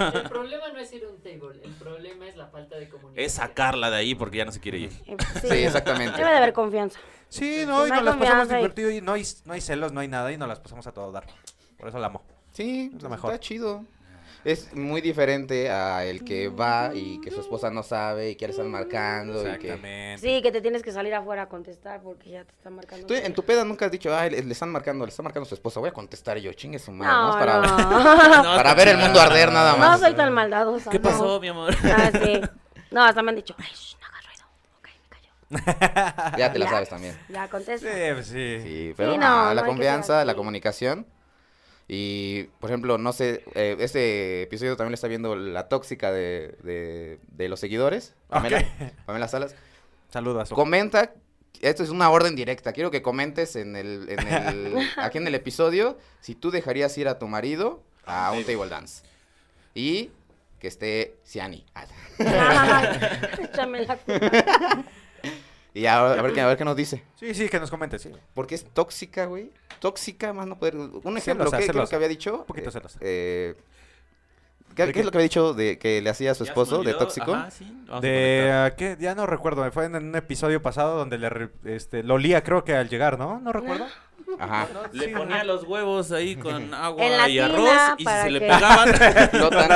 E: naco.
F: El problema no es ir a un table, el problema es la falta de comunicación.
E: Es sacarla de ahí porque ya no se quiere ir.
A: Eh,
B: Sí, exactamente.
A: Debe de haber confianza.
C: Sí, no, y
A: No hay
C: nos las pasamos
A: confianza y-
C: divertido y no hay, no hay celos, no hay nada y nos las pasamos a todo dar. Por eso la amo.
B: Sí,
C: Es lo mejor.
B: está chido. Es muy diferente a el que va y que su esposa no sabe y que le están marcando y que...
A: Sí, que te tienes que salir afuera a contestar porque ya te están marcando.
B: Tú en tu peda nunca has dicho, ay, le le están marcando, le está marcando su esposa, voy a contestar yo, chingue su madre,
A: No,
B: ¿no? para,
A: no.
B: para ver el mundo arder nada
A: No
B: más.
A: soy tan maldadosa.
E: ¿Qué
A: no.
E: pasó, mi amor?
A: Ah, sí. No, hasta me han dicho, ay, shh, no hagas ruido. Ok, me callo.
B: Ya te la
A: Ya.
B: sabes también.
A: Ya
C: Sí,
A: contesta.
C: pues sí.
B: Sí, pero
A: no,
B: no,
A: no
B: la
A: hay que
B: confianza,
A: ser
B: la
A: así.
B: comunicación. Y, por ejemplo, no sé, eh, este episodio también lo está viendo la tóxica de, de, de los seguidores, Pamela, Pamela Salas.
C: Saludos.
B: Comenta, esto es una orden directa, quiero que comentes en el, en el- aquí en el episodio si tú dejarías ir a tu marido a un table dance. Y que esté Siani. Ah,
A: Échame la culpa.
B: Y a, a ver, qué- a ver qué nos dice.
C: Sí, sí, que nos comentes, sí.
B: Porque es tóxica, güey. Tóxica, más no poder. Un
C: Celosa,
B: ejemplo, ¿qué, qué es lo
C: celosa.
B: que había dicho?
C: Un poquito
B: Eh,
C: celosa.
B: eh, ¿qué,
C: ¿De
B: qué es lo que había dicho de que le hacía a su
E: ¿Ya se
B: esposo
E: me
B: de
E: olvidó?
B: tóxico?
E: Ajá, sí, vamos a
C: De,
E: conectar.
C: ah, ¿qué? Ya no recuerdo, fue en un episodio pasado donde le, re- este, lo olía creo que al llegar, ¿no? No recuerdo.
B: Ajá.
E: Le ponía los huevos ahí con agua
A: En la
E: y
A: tina
E: arroz y si
A: para
E: se le
A: que-
E: pegaban.
B: No tan-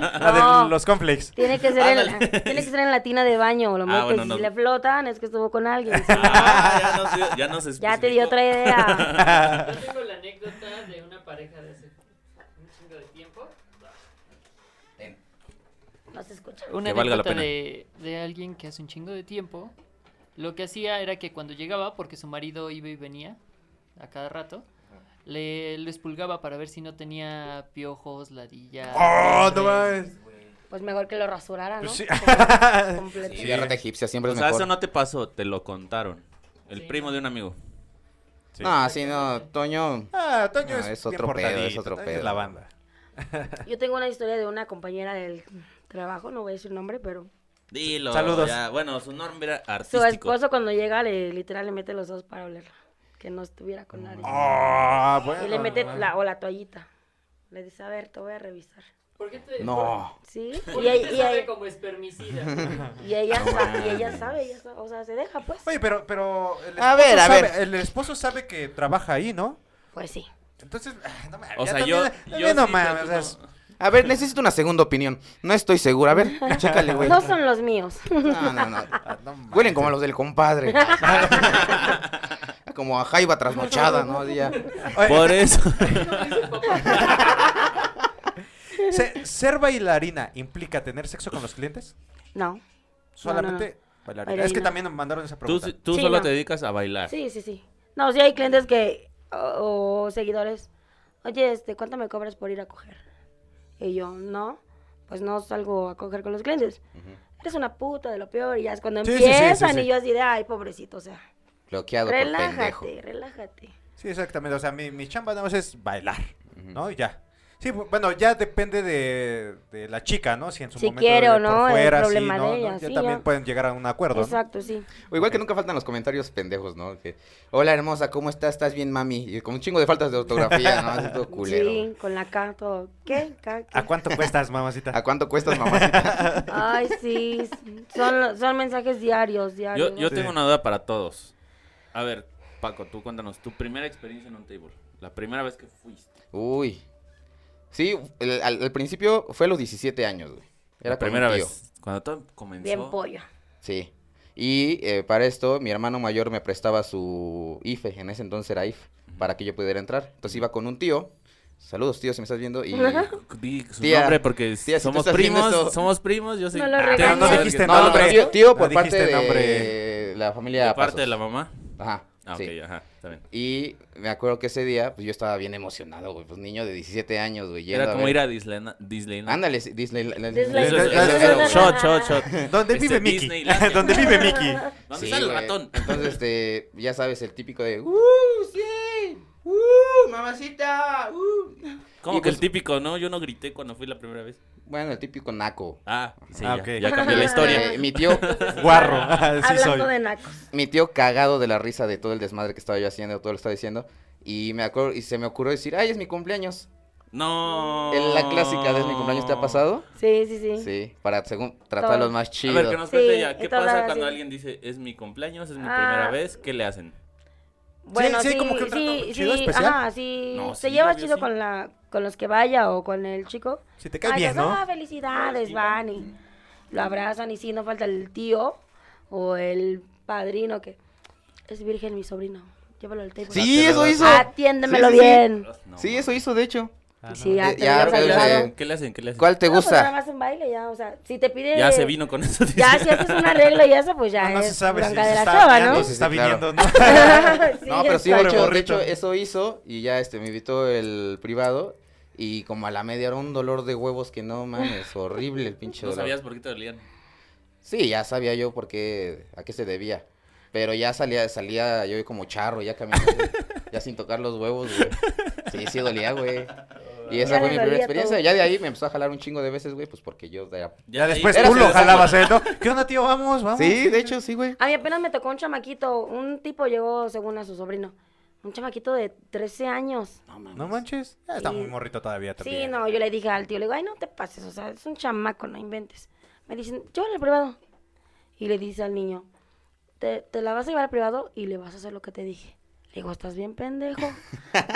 C: La
A: No.
C: de los conflicts.
A: Tiene que, ser en la,
E: Ándale.
A: tiene que ser en la tina de baño. Lo
E: Ah,
A: más
E: bueno,
A: que
E: no.
A: si le flotan es que estuvo con alguien. si no,
E: Ah, ya nos, ya nos
A: ya te
E: especificó.
A: di otra idea.
F: Yo tengo la anécdota de una pareja de hace un chingo de tiempo.
A: No se escucha.
F: Una
E: Que valga la
F: anécdota
E: pena.
F: de, de alguien que hace un chingo de tiempo. Lo que hacía era que cuando llegaba, porque su marido iba y venía a cada rato, le lo expulgaba para ver si no tenía piojos, ladillas.
B: Ah,
C: ¡Oh, no
F: hombres.
C: mames!
A: Pues mejor que lo rasurara, ¿no?
C: Pues sí.
A: Como completo.
B: Y de rata egipcia siempre
E: O
B: es
E: sea,
B: mejor.
E: eso no te pasó, te lo contaron. El
F: Sí.
E: primo de un amigo.
C: Sí.
B: No, sí, no, Toño.
C: Ah,
B: Ah.
C: Toño
B: No,
C: es,
B: es
C: bien
B: otro pedo, es
C: portadito,
B: otro
C: Toño es
B: pedo.
C: la banda.
A: Yo tengo una historia de una compañera del trabajo, no voy a decir nombre, pero
E: Dilo.
C: Saludos.
E: ya. Bueno, su nombre era
A: su
E: artístico.
A: esposo cuando llega le literal le mete los dos para olerla, que no estuviera con nadie.
C: Ah,
A: Y le mete la, o la toallita. Le dice, a ver, te voy a revisar.
F: ¿Por qué te,
B: No.
A: ¿Sí?
F: por- por
A: Y,
F: qué
A: ella-
F: te
A: y
F: sabe
A: ella-
F: como espermicida?
A: y ella,
C: Ah,
A: sa- y ella sabe, ella sa- o sea, se deja, pues.
C: Oye, pero, pero el
B: A
C: esposo
B: ver, a
C: sabe-
B: ver.
C: El esposo sabe que trabaja ahí, ¿no?
A: Pues sí.
C: Entonces, ah, no mames.
E: O
C: ya
E: sea, yo.
C: también-
E: yo
C: también no
E: sí,
C: mames.
E: tú
C: o sea,
E: no-
C: es-
B: A ver, necesito una segunda opinión. No estoy segura. A ver, chécale, güey.
A: No son los míos.
B: No, no, no.
C: ah, no mames.
B: Huelen como los del compadre. como a jaiba trasnochada, ¿no? Así ya.
C: Oye,
E: Por eso.
C: se- ¿Ser bailarina implica tener sexo con los clientes?
A: No.
C: Solamente bailarina. Es que
A: Bailarina.
C: también me mandaron esa
E: Tú,
C: pregunta.
E: tú
A: Sí,
E: solo
A: no.
E: te dedicas a
C: Ah.
E: bailar.
A: Sí, sí, sí. No, sí hay clientes que, o, o seguidores, oye, este, ¿cuánto me cobras por ir a coger? Y yo, no, pues no salgo a coger con los clientes. Eres una puta de lo peor. Y ya es cuando
C: Sí, sí, sí, sí,
A: empiezan
C: sí.
A: y yo así de, ay, pobrecito, o sea,
B: Bloqueado por pendejo.
A: relájate, relájate.
C: Sí, exactamente. O sea, mi, mi chamba nada más es bailar, ¿no? Y ya. Sí, bu- bueno, ya depende de, de la chica, ¿no? Si en su
A: Si
C: momento
A: quiere
C: de
A: o
C: por
A: no, es
C: fuera, sí,
A: problema
C: no,
A: de
C: no,
A: ella,
C: Ya
A: sí,
C: también
A: ya.
C: pueden llegar a un acuerdo, ¿no?
A: Exacto, sí.
B: O igual que nunca faltan los comentarios pendejos, ¿no? Que, Hola hermosa, ¿cómo estás? ¿Estás bien, mami? Y con un chingo de faltas de ortografía, ¿no? Así todo culero.
A: Sí, con la K, todo. ¿Qué? K, qué?
C: ¿A cuánto cuestas, mamacita?
B: ¿A cuánto cuestas, mamacita?
A: Ay, sí. Son, son mensajes diarios, diarios.
E: Yo, yo
C: Sí.
E: tengo una duda para todos. A ver, Paco, tú cuéntanos tu primera experiencia en un table. La primera vez que fuiste.
B: Uy. Sí, el- al, al principio fue a los 17 años, güey. Era
E: la
B: con un
E: primera
B: tío.
E: vez. Cuando todo comenzó.
A: Bien pollo.
B: Sí. Y eh, para esto, mi hermano mayor me prestaba su IFE, en ese entonces era IFE, para que yo pudiera entrar. Entonces iba con un tío. Saludos, tío, si me estás viendo. Y...
E: Di su
B: Tía,
E: nombre
B: tía,
E: porque
B: si tú
E: somos
B: estás viendo
E: primos,
B: esto-
E: somos primos, yo soy...
A: No lo
E: tengo que
A: regañes.
E: saber
A: No
C: dijiste
E: que-
B: No, no,
C: nombre.
B: pero tío, tío por
C: No
B: parte
C: dijiste
B: de
C: nombre.
B: la familia
E: De parte
B: Pazos.
E: de la mamá.
B: Ajá,
E: Ah, ok,
B: sí.
E: ajá, está bien.
B: Y me acuerdo que ese día, pues yo estaba bien emocionado, güey. Pues niño de 17 años, güey.
E: Era
B: yendo
E: como
B: ver-
E: ir a Disneyland. Disneyland.
B: Ándale, sí, Disneyland.
A: Disneyland.
E: Eso es-
C: Disneyland.
E: eso es- Shot, shot, shot.
C: ¿Dónde
E: Este,
C: vive Mickey?
E: Disneylandia.
C: ¿Dónde vive Mickey?
E: ¿Dónde
B: Sí,
E: está el
B: güey.
E: ratón?
B: Entonces, este, ya sabes, el típico de, ¡Uh, sí! ¡Uh, mamacita! ¡Uh!
E: Como
B: Y
E: que el
B: pues-
E: típico, ¿no? Yo no grité cuando fui la primera vez.
B: Bueno, el típico naco.
E: Ah, sí,
C: Ah,
E: ya,
C: ok.
E: ya cambió la historia.
B: Eh, mi tío,
C: Guarro. Ah, sí soy.
A: Hablando de nacos.
B: mi tío cagado de la risa de todo el desmadre que estaba yo haciendo, todo lo que estaba diciendo. Y me acuerdo, y se me ocurrió decir, ay, es mi cumpleaños.
E: No.
B: En la clásica de es mi cumpleaños, ¿te ha pasado?
A: Sí, sí, sí.
B: Sí, para según tratarlos más
E: Oh. A
B: chido.
E: ver, que nos
A: Sí,
E: cuente ella. ¿Qué
A: está
E: pasa
A: rara,
E: cuando
A: sí.
E: alguien dice, es mi cumpleaños, es mi
A: Ah.
E: primera vez? ¿Qué le hacen?
A: Bueno,
C: sí,
A: sí,
C: hay como que un trato
A: sí,
C: chido,
A: sí,
C: especial.
A: ajá, sí.
E: No,
A: se
E: sí,
A: lleva
E: obvio,
A: chido
E: sí.
A: con la con los que vaya o con el chico.
C: Si te cae
A: Ay,
C: bien,
A: pues,
C: ¿no?
A: ah, felicidades, van y lo abrazan y sí, no falta el tío o el padrino que es virgen mi sobrino. Llévalo al table.
B: Sí,
E: Ah,
B: eso hizo.
A: Atiéndemelo
B: Sí, sí, sí.
A: bien.
E: No,
B: Sí,
E: ma.
B: eso hizo, de hecho.
E: Ah,
A: Y Sí, ya,
B: Eh,
A: te
B: ya,
A: lo
E: ¿Qué le
B: Claro.
E: hacen?
A: saludaron.
E: ¿Qué le hacen? ¿Qué le hacen?
B: ¿Cuál te
A: No, pues, nada
B: gusta?
A: más un baile ya, o sea, si te pide
E: Ya se vino con eso. dice.
A: Eh, Ya si haces un arreglo ya eso pues ya
C: No, no
A: es
C: se sabe si
A: bronca
C: se
A: de la
C: está
A: chava,
C: viendo,
A: ¿no?
C: si
B: Sí,
C: está
B: sí, claro.
C: viniendo, ¿no?
B: No, pero sí, de
C: Pobre
B: hecho, de
C: morrito.
B: hecho, eso hizo y ya este me invitó el privado y como a la media era un dolor de huevos que no mames, horrible el pinche
E: No
B: dolor.
E: sabías por qué te dolían.
B: Sí, ya sabía yo por qué, a qué se debía. Pero ya salía, salía yo como charro, ya caminando, ya sin tocar los huevos, güey. Sí, sí dolía, güey. Y esa
A: Ya le
B: fue mi primera
A: dolía
B: experiencia.
A: todo.
B: ya de ahí me empezó a jalar un chingo de veces, güey, pues porque yo era-
C: Ya
E: de ahí-
C: después
B: Era
C: tú
B: su
C: lo
B: desafío.
C: jalabas, ¿eh? ¿No? ¿Qué onda, tío? Vamos, vamos.
B: Sí, de hecho, sí, güey.
A: A mí apenas me tocó un chamaquito, un tipo llegó según a su sobrino, un chamaquito de 13 años.
C: No manches. Ah, Está
A: Sí.
C: muy morrito todavía también.
A: Sí, no, yo le dije al tío, le digo, ay, no te pases, o sea, es un chamaco, no inventes. Me dicen, llévalo al privado. Y le dice al niño, te, te la vas a llevar al privado y le vas a hacer lo que te dije. Le digo, estás bien pendejo.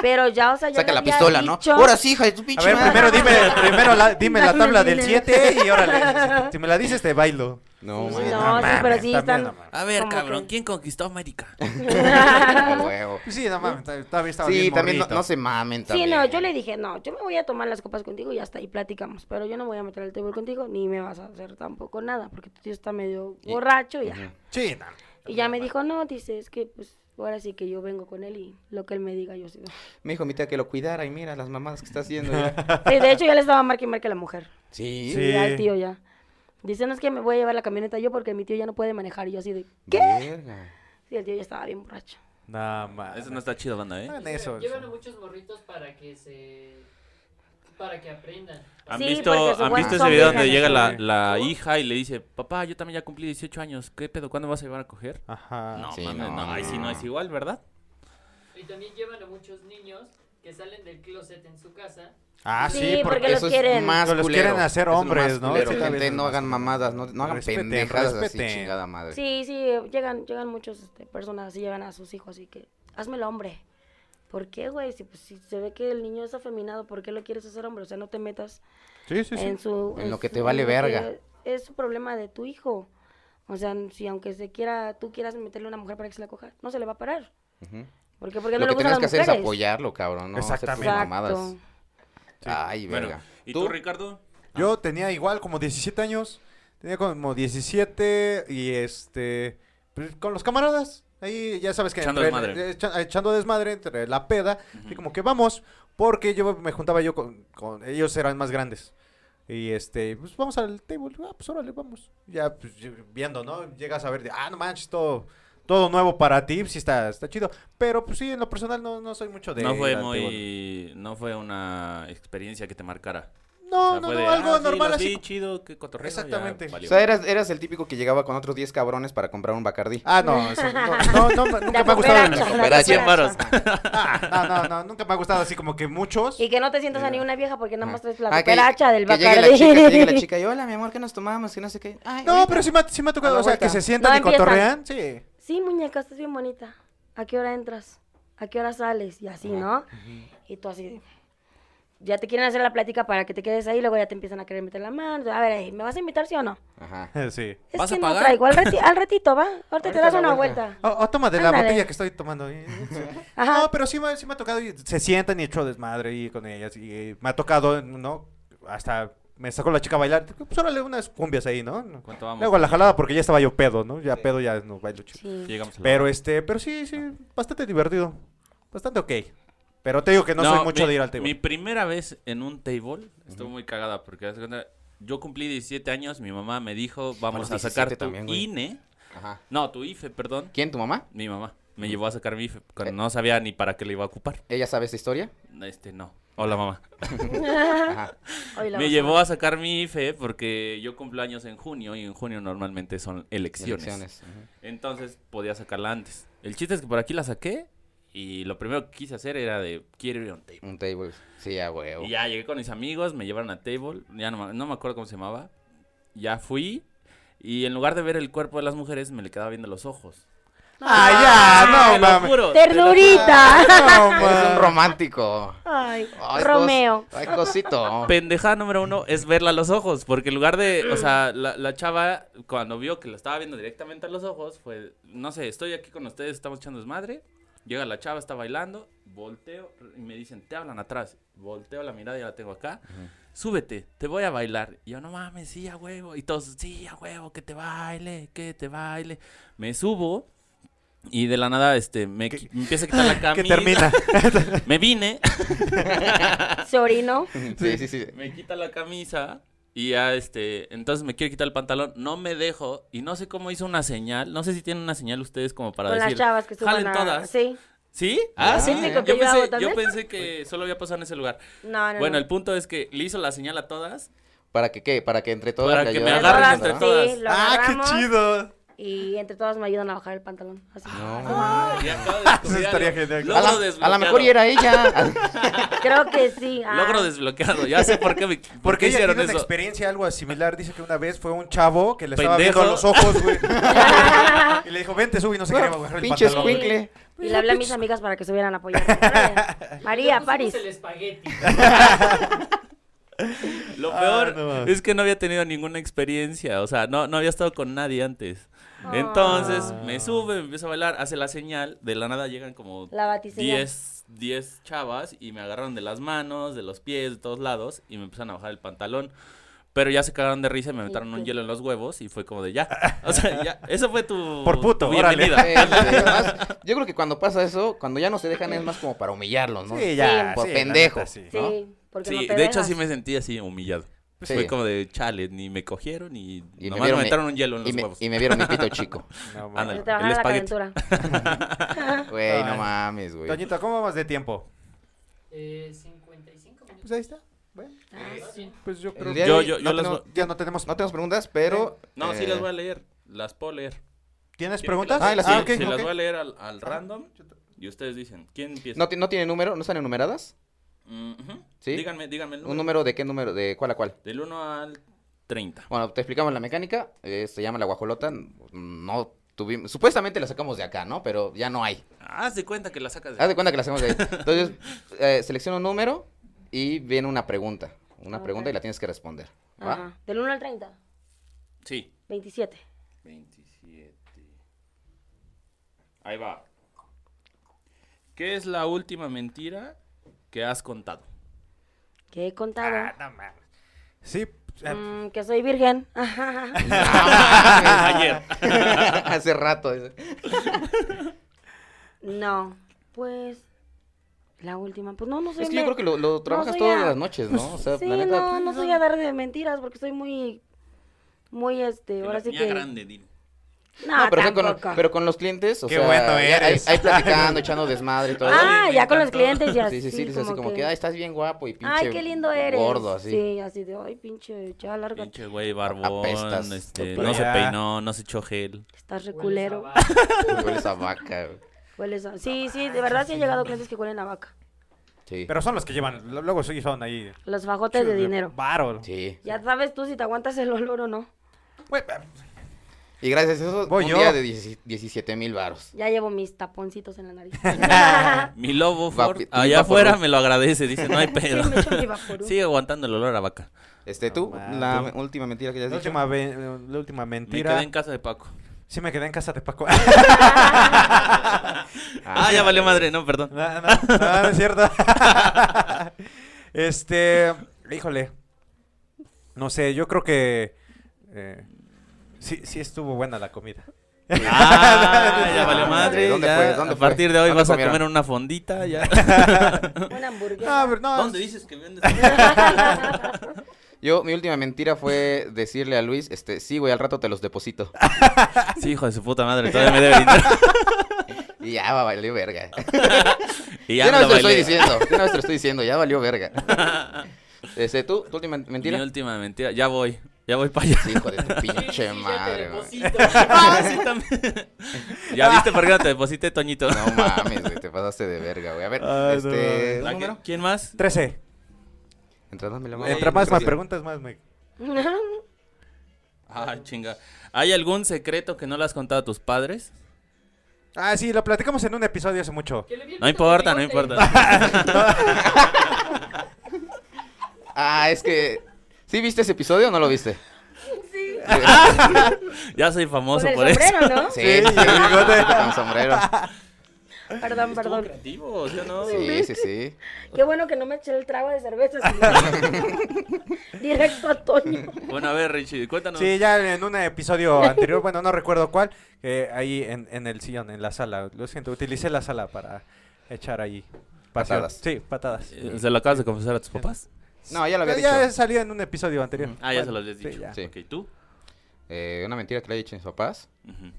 A: Pero ya, o sea, yo
B: Saca
A: le
B: la
A: había
B: pistola, ¿no?
A: dicho-
B: Ahora sí, hija de tu
C: A
B: pinche
C: ver,
B: madre.
C: primero dime, primero la, dime la
A: Dame
C: tabla del
A: dinero.
C: 7 y órale. Si me la dices, te bailo.
B: No,
A: Sí,
B: mames.
A: no,
C: mames,
A: sí, pero sí
C: también,
A: están-
C: no mames.
E: A ver,
A: Como
E: cabrón,
A: que-
E: ¿quién conquistó América?
B: A Ah, huevo.
C: Pues Sí, no mames, ta- también estaba
B: Sí,
C: bien
B: también no,
C: morrito.
B: no se mamen
A: Sí,
B: también.
A: no, yo le dije, no, yo me voy a tomar las copas contigo y hasta ahí platicamos. Pero yo no voy a meter el table contigo ni me vas a hacer tampoco nada porque tu tío está medio
B: Y-
A: borracho y ya.
B: Ujú.
C: Sí, no.
A: Y ya me dijo, no, dice, es que pues ahora sí que yo vengo con él y lo que él me diga yo sí.
B: Me dijo mi tía que lo cuidara y mira las mamadas que está haciendo. mira.
A: Sí, de hecho ya le estaba marque y marque a la mujer.
B: Sí.
C: Sí.
A: Y al tío ya. Dice, no es que me voy a llevar la camioneta yo porque mi tío ya no puede manejar. Y yo así de, ¿qué?
B: Verga.
A: Sí, el tío ya estaba bien borracho.
C: No mames.
E: Eso no está chido, banda, ¿eh?
C: Hagan eso.
F: Llevan a
C: eso.
F: muchos morritos para que se. para que aprendan.
E: ¿Han
A: Sí,
E: visto,
A: porque se
E: ¿han
A: vuel-
E: visto ese
A: son
E: video
A: virgen
E: donde
A: esos,
E: llega la,
C: güey.
E: la hija y le dice, papá, yo también ya cumplí 18 años, ¿qué pedo? ¿Cuándo me vas a llevar a coger?
C: Ajá.
E: No,
B: Ah, Sí,
E: mames,
B: no,
E: no, ahí sí no
B: no.
E: es igual, ¿verdad?
F: Y también llevan a muchos niños que salen del closet en su casa.
C: Ah, sí,
A: Sí,
C: porque...
A: porque los
B: eso
A: quieren.
B: Es más
C: Los
B: culero.
C: quieren hacer
B: Eso es lo
C: hombres,
B: más
C: ¿no?
B: culero,
C: Sí, tal
B: gente,
C: vez.
B: no hagan mamadas, no, no hagan
C: Respeten,
B: pendejadas
C: respeten.
B: así, chingada madre.
A: Sí, sí, eh, llegan, llegan muchos este, personas así, llegan a sus hijos, así que, hazmelo hombre. ¿Por qué, güey? Si, pues, si se ve que el niño es afeminado, ¿por qué lo quieres hacer hombre? O sea, no te metas
C: Sí, sí, sí.
A: en su...
B: En lo que
A: su-
B: te vale
A: en lo
B: verga.
A: que Es su problema de tu hijo. O sea, si aunque se quiera, tú quieras meterle a una mujer para que se la coja, no se le va a parar.
B: Ujú.
A: ¿Por qué? Porque no le
B: Lo que
A: gustan las
B: tenemos que hacer
A: mujeres.
B: es apoyarlo, cabrón. No
C: Exactamente.
B: Exactamente.
A: Exacto.
B: mamadas. Ay,
E: Bueno,
B: verga.
E: ¿y tú, Ricardo?
C: Yo tenía igual como 17 años. Tenía como 17 y este. pues, con los camaradas. Ahí ya sabes que.
E: Echando
C: entre- eh,
E: desmadre.
C: echa- echando desmadre entre la peda. Y como que vamos. Porque yo me juntaba yo con, con- Ellos eran más grandes. Y este, pues vamos al table. Ah, pues órale, vamos. Ya pues, yo- viendo, ¿no? Llegas a ver. de, Ah, no manches, todo. Todo nuevo para ti, pues, sí está, está chido. Pero pues sí, en lo personal no, no soy mucho de.
E: No
C: ir
E: fue
C: al table.
E: muy... No fue una experiencia que te marcara.
C: No,
E: O sea,
C: no,
E: fue
C: no,
E: de,
C: algo
E: "Ah, sí,
C: normal
E: los
C: así.
E: vi, chido, qué cotorreo. ya
C: Exactamente.
B: O
E: valió".
B: sea, eras, eras el típico que llegaba con otros 10 cabrones para comprar un Bacardí.
C: Ah, no, eso, no, no, no, nunca
A: La
C: me ha gustado.
A: cooperacha,
C: el-
A: la
B: cooperacha.
E: Cien varos.
A: cooperacha.
C: Ah, no, no, no, nunca me ha gustado así como que muchos.
A: Y que no te sientas a ni una vieja porque nada más traes la
B: Ah, que-
A: cooperacha del
B: que
A: Bacardi.
B: llegue la chica, que llegue la chica y hola, mi amor, ¿qué nos tomamos? Que no sé qué. Ay,
C: No,
B: ahorita.
C: pero sí me, ha- sí me ha
B: A
C: tocado,
B: la
C: o sea, que
B: vuelta.
C: se sientan
A: No
C: y
A: empiezan.
C: cotorrean, sí.
A: Sí, muñeca, estás bien bonita. ¿A qué hora entras? ¿A qué hora sales? Y así, ¿no? Y tú así. de- Ya te quieren hacer la plática para que te quedes ahí, luego ya te empiezan a querer meter la mano. A ver, ahí, ¿me vas a invitar, sí o no?
B: Ajá.
C: Sí.
A: Es
E: ¿Vas a
A: que
E: pagar?
A: no traigo. Al, rati- al ratito, ¿va? Ahorita, te
B: Ahorita
A: das
B: la
A: una
B: vuelta.
A: vuelta.
C: O, o Oh, toma de la
A: Ándale.
C: botella que estoy tomando. eh, sí.
A: Ajá.
E: Oh.
C: No, pero sí me, sí me ha tocado, y se sientan y hecho desmadre y con ellas. Y eh, me ha tocado, ¿no? Hasta me sacó la chica a bailar. Pues órale, unas cumbias ahí, ¿no?
E: ¿Cuánto vamos?
C: Luego a la jalada porque ya estaba yo pedo, ¿no? Ya pedo, ya no bailo chido.
A: Sí.
E: Llegamos a la-
C: Pero este, pero sí, sí, bastante divertido. Bastante ok. Pero te digo que no, soy mucho
E: mi,
C: de ir al table.
E: Mi primera vez en un table estuvo muy cagada porque haz de cuenta, yo cumplí 17 años, mi mamá me dijo, vamos
B: Bueno,
E: a sacar
B: 17
E: tu
B: también, güey.
E: INE.
B: Ajá.
E: No, tu IFE, perdón.
B: ¿Quién, tu mamá?
E: Mi mamá me llevó a sacar mi IFE
C: Eh.
E: cuando no sabía ni para qué le iba a ocupar.
B: ¿Ella sabe esta historia?
E: Este, no. Hola, mamá.
B: Ajá.
A: Hoy la
E: Me
A: vas a-
E: llevó a sacar mi IFE porque yo cumplo años en junio y en junio normalmente son elecciones.
B: Elecciones. Ujú.
E: Entonces podía sacarla antes. El chiste es que por aquí la saqué y lo primero que quise hacer era de, quiero ir a un table.
B: Un table. Sí, a
C: Oh.
B: huevo.
E: Y ya llegué con mis amigos, me llevaron a table, ya no, me- no me acuerdo cómo se llamaba. Ya fui y en lugar de ver el cuerpo de las mujeres me le quedaba viendo los ojos.
C: Ah, ya, no
E: Te lo
C: mames.
E: juro, te lo juro.
A: ¡Ternurita!
B: Eres un
C: No mames.
B: romántico.
A: Ay,
B: Ay, cos-
A: Romeo.
B: Ay, cosito.
E: Pendejada número uno es verla a los ojos, porque en lugar de, o sea, la, la chava cuando vio que la estaba viendo directamente a los ojos, fue, no sé, estoy aquí con ustedes, estamos echando desmadre, llega la chava, está bailando, volteo y me dicen, te hablan atrás, volteo la mirada y la tengo acá, súbete, te voy a bailar. Y yo, no mames, sí, a huevo. Y todos, sí, a huevo, que te baile, que te baile. Me subo y de la nada, este, me, qui- me empieza a quitar la
C: Que
E: camisa.
C: termina.
E: Me vine.
A: Se orinó.
B: Sí, sí, sí.
E: me quita la camisa y ya este, entonces me quiere quitar el pantalón, no me dejo y no sé cómo hizo una señal, no sé si tienen una señal ustedes como para
A: Con las
E: decir,
A: chavas que
E: jalen
A: suben a...
E: todas.
A: Sí.
E: ¿Sí? Ah,
B: Ah,
E: sí.
B: ¿viste
E: Yo
A: que yo hago
E: pensé, yo
A: también? Ah,
E: pensé que solo había pasado en ese lugar.
A: No, no,
E: Bueno,
A: no.
E: el punto es que le hizo la señal a todas
B: ¿Para que qué? Para que entre todos
E: Para
B: le
E: que me
B: ayudaran.
E: agarren entre
A: Sí,
E: todas.
A: lo
C: Ah, qué
A: agarramos
C: chido.
A: Y entre todas me ayudan a bajar el pantalón. Así.
B: No,
E: Y acabo de descubrir
C: estaría
E: algo.
C: genial.
E: Logro
B: a, la, a
E: desbloqueado.
B: lo mejor y era ella.
A: Creo que sí. ah.
E: Logro desbloqueado. Ya sé por qué, me- por
C: Porque
E: qué
C: ella tiene
E: hicieron
C: una
E: eso.
C: experiencia algo similar. Dice que una vez fue un chavo que le estaba
E: Pendejo.
C: viendo a los ojos, güey. y le dijo, vente, sube y no se quería bajar el
B: Pinche
C: pantalón. güey.
B: escuincle.
A: Y le hablé a mis amigas para que se hubieran apoyado. Órale. María,
F: Nos
A: París.
F: hicimos el espagueti.
E: Lo
C: Ah,
E: peor
C: no mames.
E: es que no había tenido ninguna experiencia. O sea, no, no había estado con nadie antes.
A: Ah.
E: Entonces me sube, me empieza a bailar, hace la señal. De la nada llegan como
A: La batiseñal.
E: 10, 10 chavas y me agarraron de las manos, de los pies, de todos lados y me empiezan a bajar el pantalón. Pero ya se cagaron de risa y me metieron un
A: tú.
E: hielo en los huevos y fue como de ya. O sea, ya. Eso fue tu.
C: Por puto,
E: tu
C: órale.
E: bienvenida.
B: Eh, además, yo creo que cuando pasa eso, cuando ya no se dejan es más como para humillarlos, ¿no?
C: Sí, ya.
A: Sí.
B: Por
C: sí, la
B: pendejo.
C: neta, sí.
B: ¿no?
A: Sí, porque
E: Sí,
A: no
E: de
A: te
E: hecho
A: dejas.
E: sí me sentí así humillado.
B: Sí.
E: Fue como de chale, ni me cogieron y,
B: Y me
E: nomás me
B: vieron mi-
E: metieron un hielo en los
B: Y me,
E: huevos.
B: y me vieron mi pito chico.
C: No,
E: Ándale.
A: Se
C: mames.
E: el
A: te bajaba la
E: espagueti.
A: calentura.
B: Güey, no
C: Ay.
B: mames, güey.
C: Toñito, ¿cómo vamos de tiempo?
F: Eh, 55 minutos.
C: Pues ahí está. Bueno,
F: Sí.
C: pues yo creo
B: El
C: que
B: día
E: Yo-
B: de-
E: yo-
C: no
E: yo las
C: tenemos- ya no tenemos.
B: No tenemos preguntas, pero.
E: No, sí
B: eh,
E: las voy a leer. Las puedo leer.
C: ¿Tienes
E: ¿Quieren que
C: preguntas?
E: las-
B: Ah, las-
E: sí,
B: ok,
E: sí, las
B: ok.
E: voy a leer al, al random y ustedes dicen. ¿Quién empieza?
B: ¿No, ti- no tiene número? ¿No están enumeradas?
E: Mm, ujú.
B: ¿Sí?
E: Díganme, díganme el número.
B: ¿Un número de qué número? ¿De cuál a cuál?
E: Del 1 al 30.
B: Bueno, te explicamos la mecánica. eh, se llama la guajolota. No tuvimos. Supuestamente la sacamos de acá, ¿no? Pero ya no hay.
E: Ah, Haz de cuenta que la sacas de...
B: Haz de cuenta que la sacamos de ahí. Entonces, eh, selecciona un número y viene una pregunta. Una
A: Ok.
B: pregunta y la tienes que responder. ¿va?
A: Ajá. Del 1 al 30.
E: Sí.
A: 27.
E: 27. Ahí va. ¿Qué es la última mentira que has contado?
A: Que he contado.
C: Sí. pues, eh,
A: Mm, que soy virgen.
E: Ayer.
B: Hace rato. dice.
A: no. Pues. La última. Pues no, no soy.
B: Es que yo
A: me-
B: creo que lo, lo trabajas
A: soy
B: todas
A: a-
B: las noches, ¿no? O sea,
A: sí,
B: la neta.
A: no, no soy a dar de mentiras porque soy muy. Muy este. Ahora sí
E: niña
A: que.
E: grande, dile.
A: No,
B: No, pero, fue con,
A: tampoco.
B: pero con los clientes, o
C: Qué
B: sea,
C: bueno
B: ya ahí,
C: eres.
B: ahí platicando, echando desmadre y todo.
A: Ah, ya con los
C: tanto.
A: clientes ya.
B: sí, sí, sí, dices así como que... ay, estás bien guapo y pinche
A: Ay, qué lindo eres.
B: gordo, así.
A: Sí, así de, ay, pinche, ya, lárgate.
E: Pinche güey barbón,
B: Apestas.
E: este,
C: Pero
E: no se
C: ya.
E: peinó, no se echó gel.
A: Estás
F: Hueles a
A: reculero.
F: vaca.
B: Hueles a vaca, güey.
A: Hueles a... Sí, sí, de verdad sí han llegado clientes que huelen a vaca.
B: Sí,
C: Pero son los que llevan. lo- Luego sí son ahí.
A: Los fajotes de dinero.
C: Varo.
B: sí.
A: Ya sabes tú si te aguantas el olor o no.
C: Güey, eh,
B: Y gracias a eso,
C: Voy
B: un
C: yo.
B: día de 17 mil varos.
A: Ya llevo mis taponcitos en la nariz. Ah.
E: Mi lobo
B: Va-
E: Ford,
B: mi
E: allá
B: vaporub.
E: afuera me lo agradece, dice, no hay
A: Sí,
E: pedo.
A: me echo mi vaporub.
E: Sigue aguantando el olor a vaca.
B: Este, tú,
C: mames.
B: la me- última mentira que ya has
C: La
B: dicho.
C: última, ve- eh, la última
E: Me
C: mentira.
E: quedé en casa de Paco.
C: Sí, me quedé en casa de Paco.
E: Ah, ya valió madre, no, perdón.
C: No, no, no, no es cierto. este, híjole. No sé, yo creo que eh, sí, sí estuvo buena la comida.
E: Ah, ya valió madre.
B: ¿Dónde
E: ya,
B: fue? ¿Dónde
E: a partir de hoy
B: fue? ¿Dónde
E: vas a
B: comieron?
E: comer una fondita. Ya.
A: Una hamburguesa.
C: No, pero no.
E: ¿Dónde dices que vendes?
B: Ah, Yo, mi última mentira fue decirle a Luis, este, sí, güey, al rato te los deposito.
E: Sí, hijo de su puta madre, todavía me debe dinero.
B: Y ya va, valió verga.
E: Y
B: Ya
E: ya
B: no te
E: me lo
B: lo estoy
E: bailé.
B: diciendo, ya no te lo estoy diciendo, ya valió verga. Este, tú, tu última mentira.
E: Mi última mentira, ya voy, ya voy para allá.
B: Sí, Hijo de tu
F: Sí,
B: pinche
F: ya te
B: madre, güey.
F: deposito.
E: Ah, sí, también. ¿Ya viste por qué no te deposité, Toñito?
B: No mames, güey, te pasaste de verga, güey. A ver,
C: Ay, Ah, no mames.
B: este,
E: ¿A
B: ¿un
E: qué-
B: número?
E: ¿Quién más?
C: 13.
B: Entra, dámela, mamá.
C: Entre más me
B: Sí.
C: preguntas, más me.
E: Ah, chinga. ¿Hay algún secreto que no le has contado a tus padres?
C: Ah, sí, lo platicamos en un episodio hace mucho.
F: Que le vi el
E: No
A: pues,
E: importa, no
F: bigote.
E: importa.
B: Ah, es que... ¿Sí viste ese episodio o no lo viste?
A: Sí.
E: Ya soy famoso
A: Con el
E: por eso.
A: sombrero, ¿no?
B: Sí,
C: Sí,
B: sí, sí,
C: el bigote.
B: con sombrero.
A: Perdón,
E: Estuvo
A: perdón.
E: creativo, ¿sí o no?
B: Sí, sí, sí.
A: Qué bueno que no me eché el trago de cerveza. sino- Directo a Toño.
B: Eh.
E: Bueno, a ver, Richie, cuéntanos.
C: Sí, ya en un episodio anterior, bueno, no recuerdo cuál, eh, ahí en, en el sillón, en la sala. Lo siento, utilicé la sala para echar ahí. pasión.
B: Patadas.
C: Sí, patadas.
E: Eh, ¿Se lo acabas de confesar a tus papás?
B: No, ya lo había
C: ya
B: dicho.
C: salió en un episodio anterior.
E: Ah, ya se
C: Bueno,
E: lo habías
C: sí,
E: dicho.
C: ya.
B: Sí.
E: Ok, ¿tú?
B: Eh, una mentira que le he dicho a mis papás.
E: Ujú.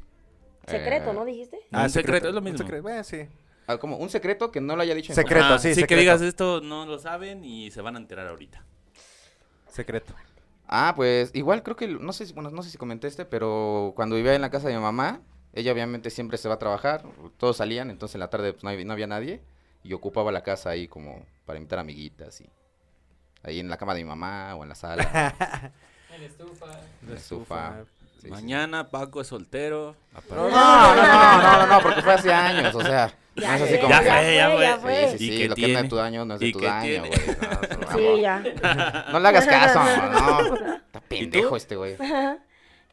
A: Secreto,
B: Eh,
A: ¿no dijiste?
E: Un secreto, es lo
C: un
E: mismo.
C: Ah, secreto, bueno, sí.
B: Ah, como un secreto que no lo haya dicho. a mis
C: Secreto.
E: Ajá,
C: sí,
E: Ah, que
C: secreto.
E: digas esto, no lo saben y se van a enterar ahorita.
C: Secreto.
B: papás. Ah, pues igual creo que, no sé, si- bueno, no sé si comenté este, pero cuando vivía en la casa de mi mamá, ella obviamente siempre se va a trabajar, todos salían, entonces en la tarde pues, no, había, no había nadie y ocupaba la casa ahí como para invitar amiguitas y ahí en la cama de mi mamá o en la sala,
F: En la estufa.
B: en la estufa. Sí, sí.
E: Mañana Paco es soltero.
B: No, no, no, no, no, no, no, porque fue hace años, o sea, no es así como...
E: Ya
B: que- ah,
E: fue, ya fue.
B: Sí, sí,
E: ¿Y
B: sí,
E: qué
B: lo que no es
E: tiene?
B: de tu daño no es de
E: ¿Y
B: tu
E: qué
B: daño,
E: tiene?
B: güey. No, por favor.
A: Sí, ya.
B: No le hagas caso, no. Está pendejo este güey.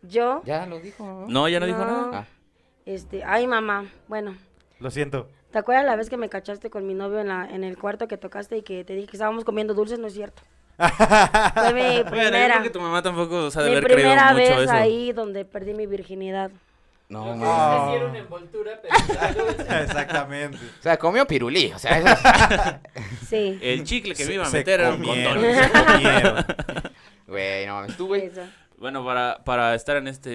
A: Yo,
B: Ya lo dijo.
E: No, ya no dijo
A: Oh, No.
E: nada.
B: Ah,
A: este, ay mamá, bueno,
C: Lo siento.
A: ¿te acuerdas la vez que me cachaste con mi novio en, la, en el cuarto que tocaste y que te dije que estábamos comiendo dulces? No es cierto. Fue mi
E: Bueno, yo creo
A: primera,
E: que tu mamá tampoco se ha de
A: mi
E: haber creído
A: primera
E: mucho
A: vez
E: eso.
A: ahí donde perdí mi virginidad.
B: no,
F: Lo que
B: mames.
F: no hicieron envoltura, pero...
C: Exactamente.
B: O sea, comió pirulí. O sea, eso-
A: Sí.
E: El chicle que
C: Se-
E: me iba a
C: se
E: meter era un
C: comieron,
E: condón.
C: se comieron.
B: Güey, no mames. Tú, güey.
A: Eso.
E: Bueno, para, para estar en este.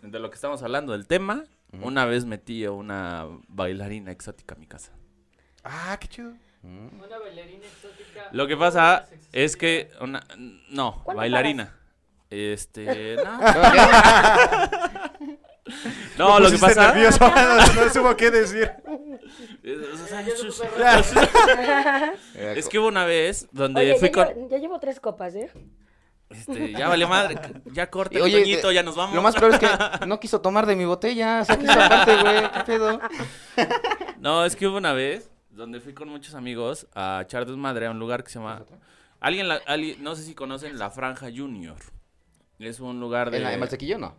E: de lo que estamos hablando, del tema, una vez metí a una bailarina exótica a mi casa.
C: Ah, qué chido.
F: Una bailarina exótica.
E: Lo que pasa es que. Una, no,
A: ¿Cuánto
E: bailarina. Este. No,
B: No,
E: No, lo que
C: pusiste
E: pasa.
C: nervioso, no, no supo qué decir.
F: Ah,
B: ya-
E: Es que hubo una vez donde
A: Oye, ya,
E: fui con.
A: llevo, ya llevo tres copas, ¿eh?
E: Este, ya vale madre. Ya corta
B: Oye,
E: el toñito,
B: de-
E: ya nos vamos.
B: Lo más peor es que no quiso tomar de mi botella. O sea, quiso aparte, güey. ¿Qué pedo?
E: No, es que hubo una vez donde fui con muchos amigos a echar desmadre a un lugar que se llama. Alguien, la- alguien- no sé si conocen la Franja Junior. Es un lugar de.
B: ¿En, la- en Malsequillo no?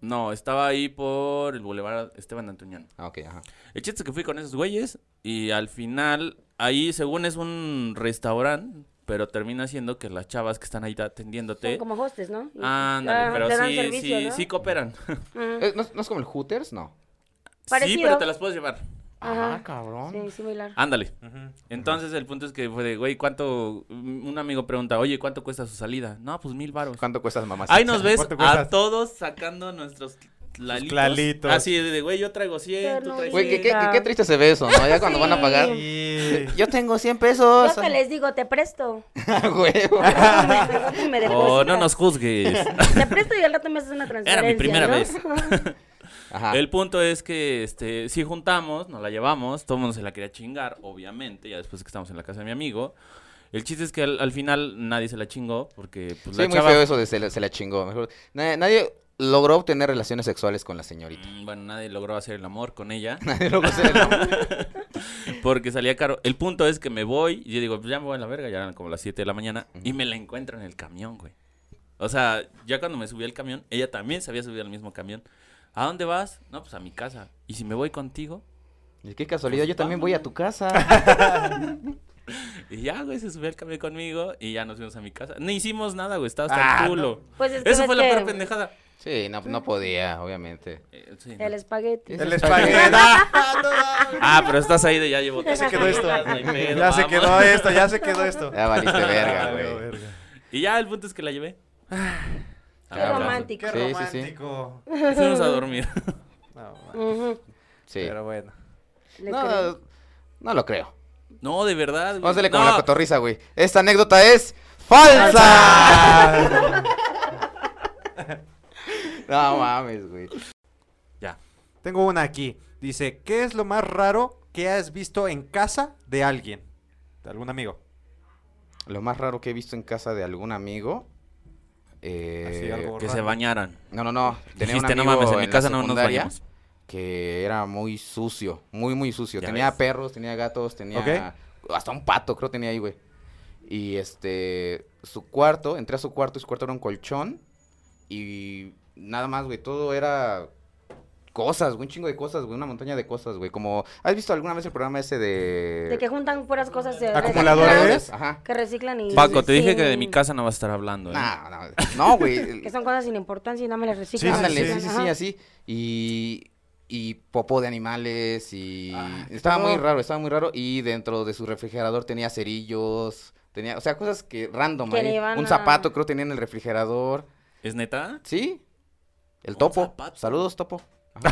E: No, estaba ahí por el Boulevard Esteban Antuñán.
B: Ah, ok, ajá.
E: El chiste es que fui con esos güeyes y al final, ahí según es un restaurante, pero termina siendo que las chavas que están ahí atendiéndote.
A: Son como hostes, ¿no? Y-
E: Ándale,
A: ah,
E: pero
A: te dan
E: sí,
A: servicio,
E: sí,
A: ¿no?
E: sí cooperan.
A: Ujú.
B: Eh, ¿No, es- no es como el Hooters? No.
E: Sí,
A: Parecido.
E: pero te las puedes llevar.
A: Ajá.
B: Ah, cabrón.
A: Sí, similar.
E: Ándale. Entonces el punto es que fue de, güey, ¿cuánto? Un amigo pregunta, oye, ¿cuánto cuesta su salida? No, pues mil varos.
B: ¿Cuánto cuestas, mamá?
E: Ahí nos ves
C: ¿Cuánto cuesta?
E: a todos sacando nuestros lalitos.
C: clalitos.
E: Así de, güey, yo traigo 100, tú traes
B: Güey, ¿qué,
E: 100.
B: qué, qué, qué triste se ve eso, ¿no? Ya cuando van a pagar.
C: Sí.
B: Yo tengo 100
A: Yo
E: Ah,
B: pesos.
A: hasta les digo, te presto.
B: Güey.
A: Al rato me- al rato me
E: Oh,
A: depositas.
E: no nos juzgues.
A: Te presto y al rato me haces una transferencia.
E: Era mi primera
A: ¿no?
E: vez.
B: Ajá.
E: El punto es que este, si juntamos, nos la llevamos, todo el mundo se la quería chingar, obviamente, ya después que estamos en la casa de mi amigo. El chiste es que al, al final nadie se la chingó porque pues,
B: Sí,
E: la
B: muy
E: chava...
B: feo eso de se la, se la chingó. Mejor- Nadie, nadie logró obtener relaciones sexuales con la señorita.
E: Mm, Bueno, nadie logró hacer el amor con ella
B: Nadie logró hacer el amor.
E: porque salía caro. El punto es que me voy y yo digo, pues ya me voy a la verga, ya eran como las 7 de la mañana y me la encuentro en el camión, güey. O sea, ya cuando me subí al camión, ella también se había subido al mismo camión. ¿A dónde vas? No, pues a mi casa. ¿Y si me voy contigo?
B: Y qué casualidad, yo también voy a tu casa.
E: Y ya, güey, se subió al camión conmigo y ya nos fuimos a mi casa. No hicimos nada, güey, estaba hasta
B: Ah,
E: el culo.
A: Pues es que
E: Eso
A: ves
E: fue la
A: que
E: peor pendejada.
B: Sí, no, no podía, obviamente.
E: Eh, sí, no.
A: El espagueti.
B: El
C: El espagueti. Ah, no, no.
E: Ah, pero estás ahí de ya llevo
C: Ya se quedó esto.
E: pedo,
C: Ya se
E: vamos.
C: quedó esto, ya se quedó esto.
B: Ya valiste verga,
C: Ah,
B: güey.
C: verga.
E: Y ya el punto es que la llevé. A
C: Ah,
B: Qué
E: mi casa.
A: romántico.
C: Qué
B: Sí, sí, sí.
C: romántico.
E: Y Fuimos a dormir.
C: No, man.
A: Ujú,
B: Sí.
C: Pero bueno.
A: le creo.
B: No, no lo creo.
E: No, de verdad. güey.
B: Pónsele como
E: No,
B: la cotorriza, güey. Esta anécdota es falsa. no mames, güey.
E: Ya.
C: Tengo una aquí. Dice, ¿qué es lo más raro que has visto en casa de alguien? De algún amigo.
B: Lo más raro que he visto en casa de algún amigo. Eh,
C: Así, algo
E: Que
C: raro.
E: se bañaran.
B: No, no, no. Tenía un
E: Dijiste, no
B: amigo
E: mames, en mi
B: la
E: casa no nos
B: secundaria
E: bañamos.
B: Que era muy sucio, muy, muy sucio.
E: Ya
B: tenía
E: ves.
B: perros, tenía gatos, tenía hasta un pato, creo tenía ahí, güey. Y este, su cuarto, entré a su cuarto y su cuarto era un colchón. Y nada más, güey, todo era cosas, güey, un chingo de cosas, güey, una montaña de cosas, güey. Como, ¿has visto alguna vez el programa ese de...
A: De que juntan puras cosas. de-
C: ¿Acumuladores?
B: Ajá.
A: Que reciclan y.
E: Paco, te dije que de mi
A: sin-
E: casa no vas a estar hablando, ¿eh?
B: No, no, no, güey.
A: Que son cosas sin importancia y nada más las
C: Sí,
A: reciclan.
C: sí,
B: Ándale,
C: sí.
B: sí, sí, sí, así. Y, y popó de animales y...
C: Ah, qué
B: estaba muy
C: horror.
B: raro, estaba muy raro. Y dentro de su refrigerador tenía cerillos, tenía... O sea, cosas que random
A: Que
B: ahí.
A: le iban
B: Un
A: a-
B: zapato creo tenía en el refrigerador.
E: ¿Es neta?
B: ¿Sí? El
E: Un
B: topo.
E: zapato.
B: Saludos, topo.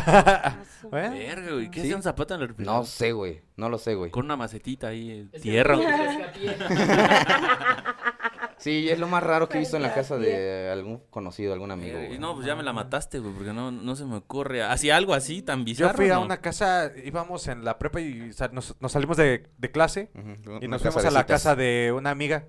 A: Ajá.
B: ¿Eh?
C: Bueno,
E: Verga, güey. ¿Qué
B: Sí.
E: hacía un zapato en el
B: No
E: refrigerador?
B: sé, güey. No lo sé, güey.
E: Con una macetita ahí, eh, tierra.
F: Es que-
B: Sí, es lo más raro que he visto en la
A: Pues,
B: casa de algún conocido, algún amigo.
E: Eh,
B: güey.
E: no, pues ya me la mataste, güey, porque no, no se me ocurre. Así algo así tan
C: Yo
E: bizarro.
C: fui a
E: ¿no?
C: una casa, íbamos en la prepa y sal- nos, nos salimos de, de clase
B: Ujú,
C: y
B: una
C: nos
B: casa
C: fuimos
B: de
C: a la
B: citas.
C: casa de una amiga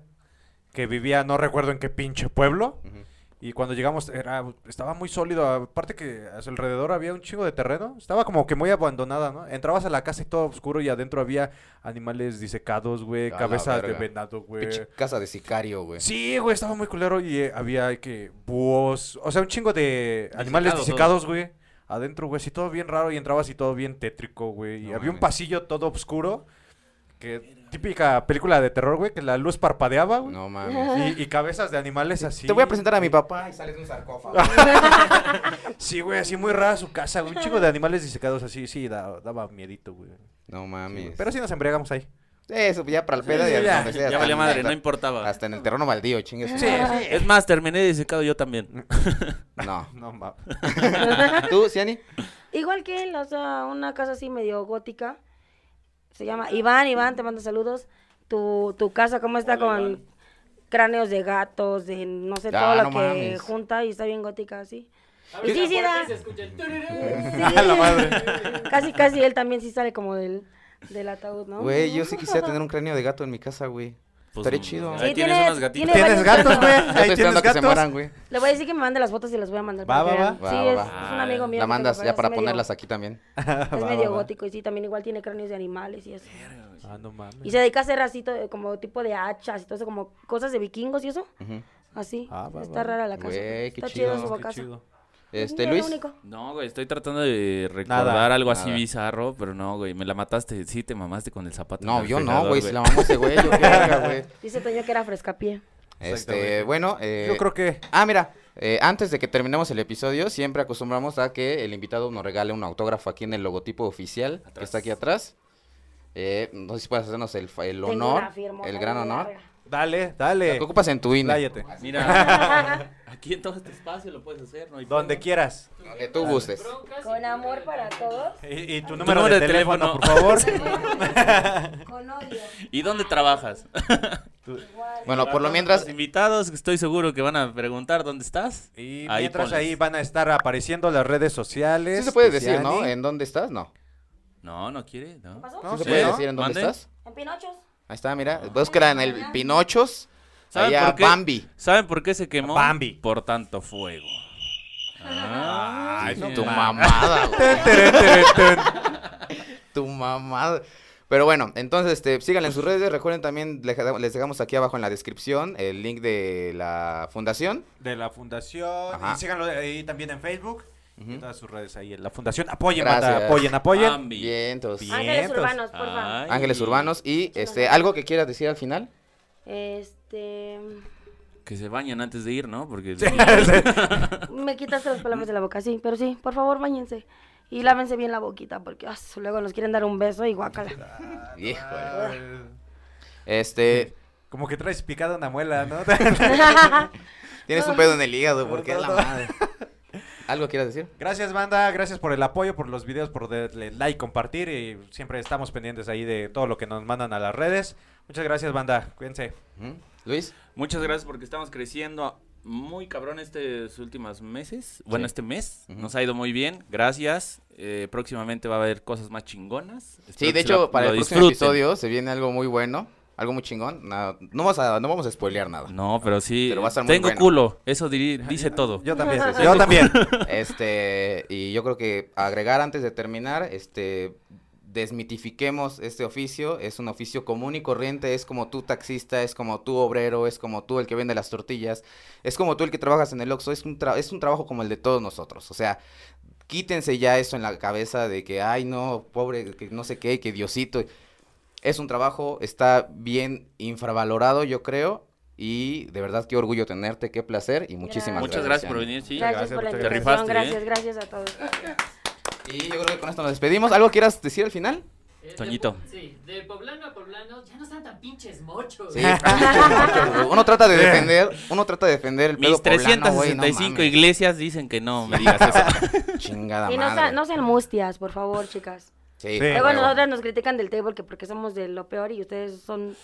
C: que vivía, no recuerdo en qué pinche pueblo.
B: Ujú.
C: Y cuando llegamos era, estaba muy sólido, aparte que a su alrededor había un chingo de terreno, estaba como que muy abandonada, ¿no? Entrabas a la casa y todo oscuro y adentro había animales disecados, güey,
B: A la
C: cabezas de
B: verga.
C: venado, güey.
B: Pinche casa de sicario, güey.
C: Sí, güey, estaba muy culero y eh, había que búhos, o sea, un chingo de animales
E: Disecados,
C: disecados, güey. Adentro, güey, sí, todo bien raro y entrabas y todo bien tétrico, güey. Y
B: No
C: había un
B: mames.
C: pasillo todo oscuro, que típica película de terror, güey, que la luz parpadeaba, güey.
B: No mames.
C: Y, y cabezas de animales así.
B: Te voy a presentar a mi papá y sales de un sarcófago.
C: Sí, güey, así muy rara su casa, güey. Un chingo de animales disecados así, sí, da- daba miedito, güey.
B: No
C: Sí, güey.
B: mames.
C: Pero sí nos embriagamos ahí.
B: Eso, ya para el pedo
C: Sí,
B: y
C: ya.
B: hasta donde sea,
E: Ya valía
B: hasta-
E: madre, no importaba.
B: Hasta en el terreno baldío, chingue su
C: Sí,
B: madre.
E: Es más, terminé disecado yo también. Pues,
B: No.
C: No mames.
B: ¿Tú, Ciani?
A: Igual que él, o sea, una casa así medio gótica. Se llama Iván, Iván, te mando saludos. Tu, tu casa, ¿cómo está con cráneos de gatos, de no sé,
B: Ah,
A: todo lo
B: no
A: que
B: mames.
A: junta y está bien gótica así?
F: Abres
A: Sí,
F: la
A: sí,
F: puerta
A: da.
F: y se escucha el tururú.
A: Sí. Casi, casi él también sí sale como del, del ataúd, ¿no?
B: Güey, yo sí quisiera tener un cráneo de gato en mi casa, güey.
E: Pues,
B: Estaría
E: mm,
B: chido.
E: Ahí
A: Sí,
E: tienes
A: tiene-
E: unas
A: tiene-
E: gatitas.
C: ¿Tienes gatos, güey?
B: Ya estoy
C: Ahí tienes
B: esperando que se mueran,
C: gatos.
B: güey.
A: Le voy a decir que me mande las fotos y las voy a mandar.
C: Va,
A: para que
C: va, va.
A: vean.
B: Va,
A: Sí,
B: va,
A: es,
B: va.
A: es un amigo mío.
B: La
A: que
B: mandas
A: se
B: ya para
A: parece medio-
B: ponerlas aquí también.
A: Es
C: Va,
A: medio
C: va, va.
A: gótico y sí, también igual tiene cráneos de animales y eso.
C: Ah, no
A: Y
C: mames.
A: se dedica a hacer así, to- como tipo de hachas y todo eso, como cosas de vikingos y eso.
B: Ujú.
A: Así.
C: Ah, va,
A: Está
C: va.
A: rara la casa.
B: Güey, qué
A: Está
B: chido,
A: su
B: qué
A: casa.
B: Este,
A: Es lo
B: Luis.
A: único.
E: No, güey, estoy tratando de recordar
C: Nada,
E: algo así
B: nada.
E: bizarro, pero no, güey, me la mataste. Sí, te mamaste con el zapato.
B: No,
E: del
B: yo no,
E: fregador,
B: güey. Si la mamá ese güey, yo qué verga, güey.
A: Dice Toño que era frescapié.
B: Este, bueno. Eh,
C: Yo creo que.
B: Ah, mira, eh, antes de que terminemos el episodio, siempre acostumbramos a que el invitado nos regale un autógrafo aquí en el logotipo oficial, que
E: Atrás.
B: está aquí atrás. Eh, no sé si puedes hacernos el, fa- el
A: Tengo
B: honor,
A: una firmota
B: el
A: de
B: gran
A: la
B: honor.
A: verga.
C: Dale, dale.
B: ¿Qué ocupas en tu INE?
C: Pláyate.
E: Mira, aquí en todo este espacio lo puedes hacer, ¿no? hay
C: Donde
E: pedo.
C: quieras.
B: Donde tú gustes.
A: Con amor para todos,
C: Y, y tu
E: Tu
C: número, de, teléfono, por favor.
A: con odio.
E: ¿Y dónde trabajas?
B: Bueno, por lo mientras,
E: Los invitados, que estoy seguro que van a preguntar dónde estás.
C: y mientras
E: ponles.
C: ahí van a estar apareciendo las redes sociales.
B: sí se puede
C: de
B: decir, ¿no?
C: Ciani.
B: ¿En dónde estás? No.
E: No, no quiere, no.
A: pasó?
B: ¿Sí
C: No,
B: se
C: sí,
B: puede
C: ¿no?
B: decir en dónde
E: ¿Mande?
B: estás?
A: En Pinochos.
B: Ahí está, mira. Búscala en
A: Ah.
B: el Pinochos.
E: ¿Saben
B: Allá,
E: por qué?
B: Bambi.
E: ¿Saben por qué se quemó?
C: Bambi.
E: Por tanto fuego.
B: Ay,
C: Ah,
E: no
B: tu
E: mames.
B: mamada, güey.
C: Tere, tere, tere.
B: Tu mamada. Pero bueno, entonces este, síganla en sus redes. Recuerden también, le- les dejamos aquí abajo en la descripción el link de la fundación.
C: de la fundación.
B: Ajá.
C: Y síganlo ahí también en Facebook. Y en todas sus redes ahí en la fundación. Apoyen, banda,
B: Gracias. Ah,
C: apoyen, apoyen.
E: Bambi.
B: Bien, pues, entonces.
C: Bien.
A: Ángeles
C: entonces.
A: Urbanos, por favor.
E: Ay.
B: Ángeles Urbanos. Y este, algo que quieras decir al final.
A: Este.
E: Que se bañen antes de ir, ¿no? Porque
A: Me quitaste las palabras de la boca, sí, pero sí, por favor, bañense. Y lávense bien la boquita, porque ah, luego nos quieren dar un beso y guácala.
B: Híjole. Este,
C: Como que traes picada una muela, ¿no?
B: tienes un pedo en el hígado, porque es la madre. ¿Algo quieras decir?
C: gracias, banda. Gracias por el apoyo, por los videos, por darle like, compartir. Y siempre estamos pendientes ahí de todo lo que nos mandan a las redes. Muchas gracias, banda. Cuídense.
B: ¿Mm? Luis.
E: Muchas gracias porque estamos creciendo muy cabrón estos últimos meses. Bueno,
B: Sí.
E: este mes.
B: Ujú.
E: Nos ha ido muy bien. Gracias. Eh, próximamente va a haber cosas más chingonas.
B: Sí,
E: Espero
B: de
E: que se
B: hecho,
E: la-
B: para
E: lo
B: el próximo
E: disfruten.
B: episodio se viene algo muy bueno, algo muy chingón. No, no vamos, a, no vamos a spoilear nada.
E: No, pero sí.
B: Pero va a estar muy
E: tengo
B: bueno.
E: culo. Eso diri- dice todo.
C: Yo también. Yo también.
B: Este, y yo creo que agregar antes de terminar, este, desmitifiquemos este oficio. Es un oficio común y corriente. Es como tú taxista, es como tú obrero, es como tú el que vende las tortillas, es como tú el que trabajas en el Oxxo. Es un, tra- es un trabajo como el de todos nosotros. O sea, quítense ya eso en la cabeza de que, ay, no, pobre, que no sé qué, que Diosito. Es un trabajo, está bien infravalorado, yo creo. Y de verdad, qué orgullo tenerte, qué placer y muchísimas gracias.
E: Muchas gracias por
B: Yanni.
E: venir, sí.
A: gracias, por la
C: muchas
E: gracias.
A: invitación,
E: Te
A: gracias,
E: rifaste,
A: gracias a todos.
B: Y yo creo que con esto nos despedimos. ¿Algo quieras decir al final?
F: Eh, de
E: Toñito.
F: po- Sí, de poblano a poblano ya no están tan pinches mochos.
B: Sí. uno trata de defender, uno trata de defender el pedo
E: Mis
B: poblano,
E: 365
B: güey, no mames.
E: iglesias dicen que no. me digas.
B: Chingada
A: Y no,
B: madre.
A: sean- no sean mustias, por favor, chicas.
B: Sí,
C: Sí.
A: Luego
B: huevo.
A: nosotras nos critican del table que porque somos de lo peor y ustedes son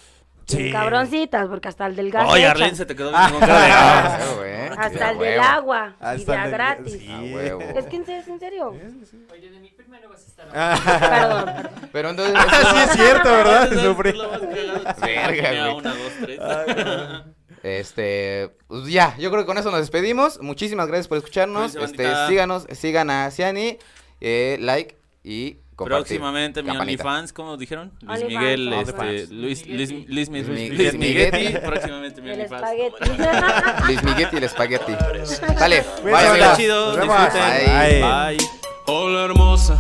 C: Sí.
A: Cabroncitas, porque hasta el del gas.
E: Oye,
A: echan.
E: Arlene se te quedó bien con cara de gas.
B: Ah, güey.
A: Hasta
B: Ah,
A: el
B: huevo.
A: del agua. y
C: Hasta
A: de a
C: el-
A: gratis.
C: sí.
B: A huevo.
A: Es que en serio, es en serio.
F: Oye, de mi prima no vas a estar
A: Perdón.
B: Pero entonces.
C: Ah, sí es cierto, ¿verdad?
E: Entonces,
C: Sufrí. Ah,
E: lo vas cagando.
B: Verga,
E: Ya,
B: güey.
E: Una, dos, tres.
B: Este, pues ya, yo creo que con eso nos despedimos. Muchísimas gracias por escucharnos.
E: Cuídense,
B: Este,
E: bandita.
B: síganos, sigan a Ciani, eh, like y compartir.
E: Próximamente mi
B: Campanita.
E: OnlyFans, ¿cómo dijeron? Luis
A: OnlyFans, Ah,
E: Miguel, este,
C: OnlyFans.
E: Luis, Luis, Luis, Luis,
B: Luis
E: Luis-
B: Miguel.
E: Luis Miguetti. Próximamente mi
A: El
E: OnlyFans.
A: espagueti.
B: Luis Miguel y el espagueti. Dale, bye, amigos.
C: Cuídense,
E: Pásenla
C: banda.
E: chido,
C: Nos vemos.
E: disfruten.
C: Bye.
E: Bye.
G: Hola hermosa,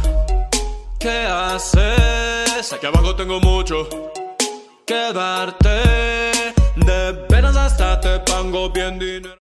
G: ¿qué haces? Aquí abajo tengo mucho que darte. De veras hasta te pongo bien dinero.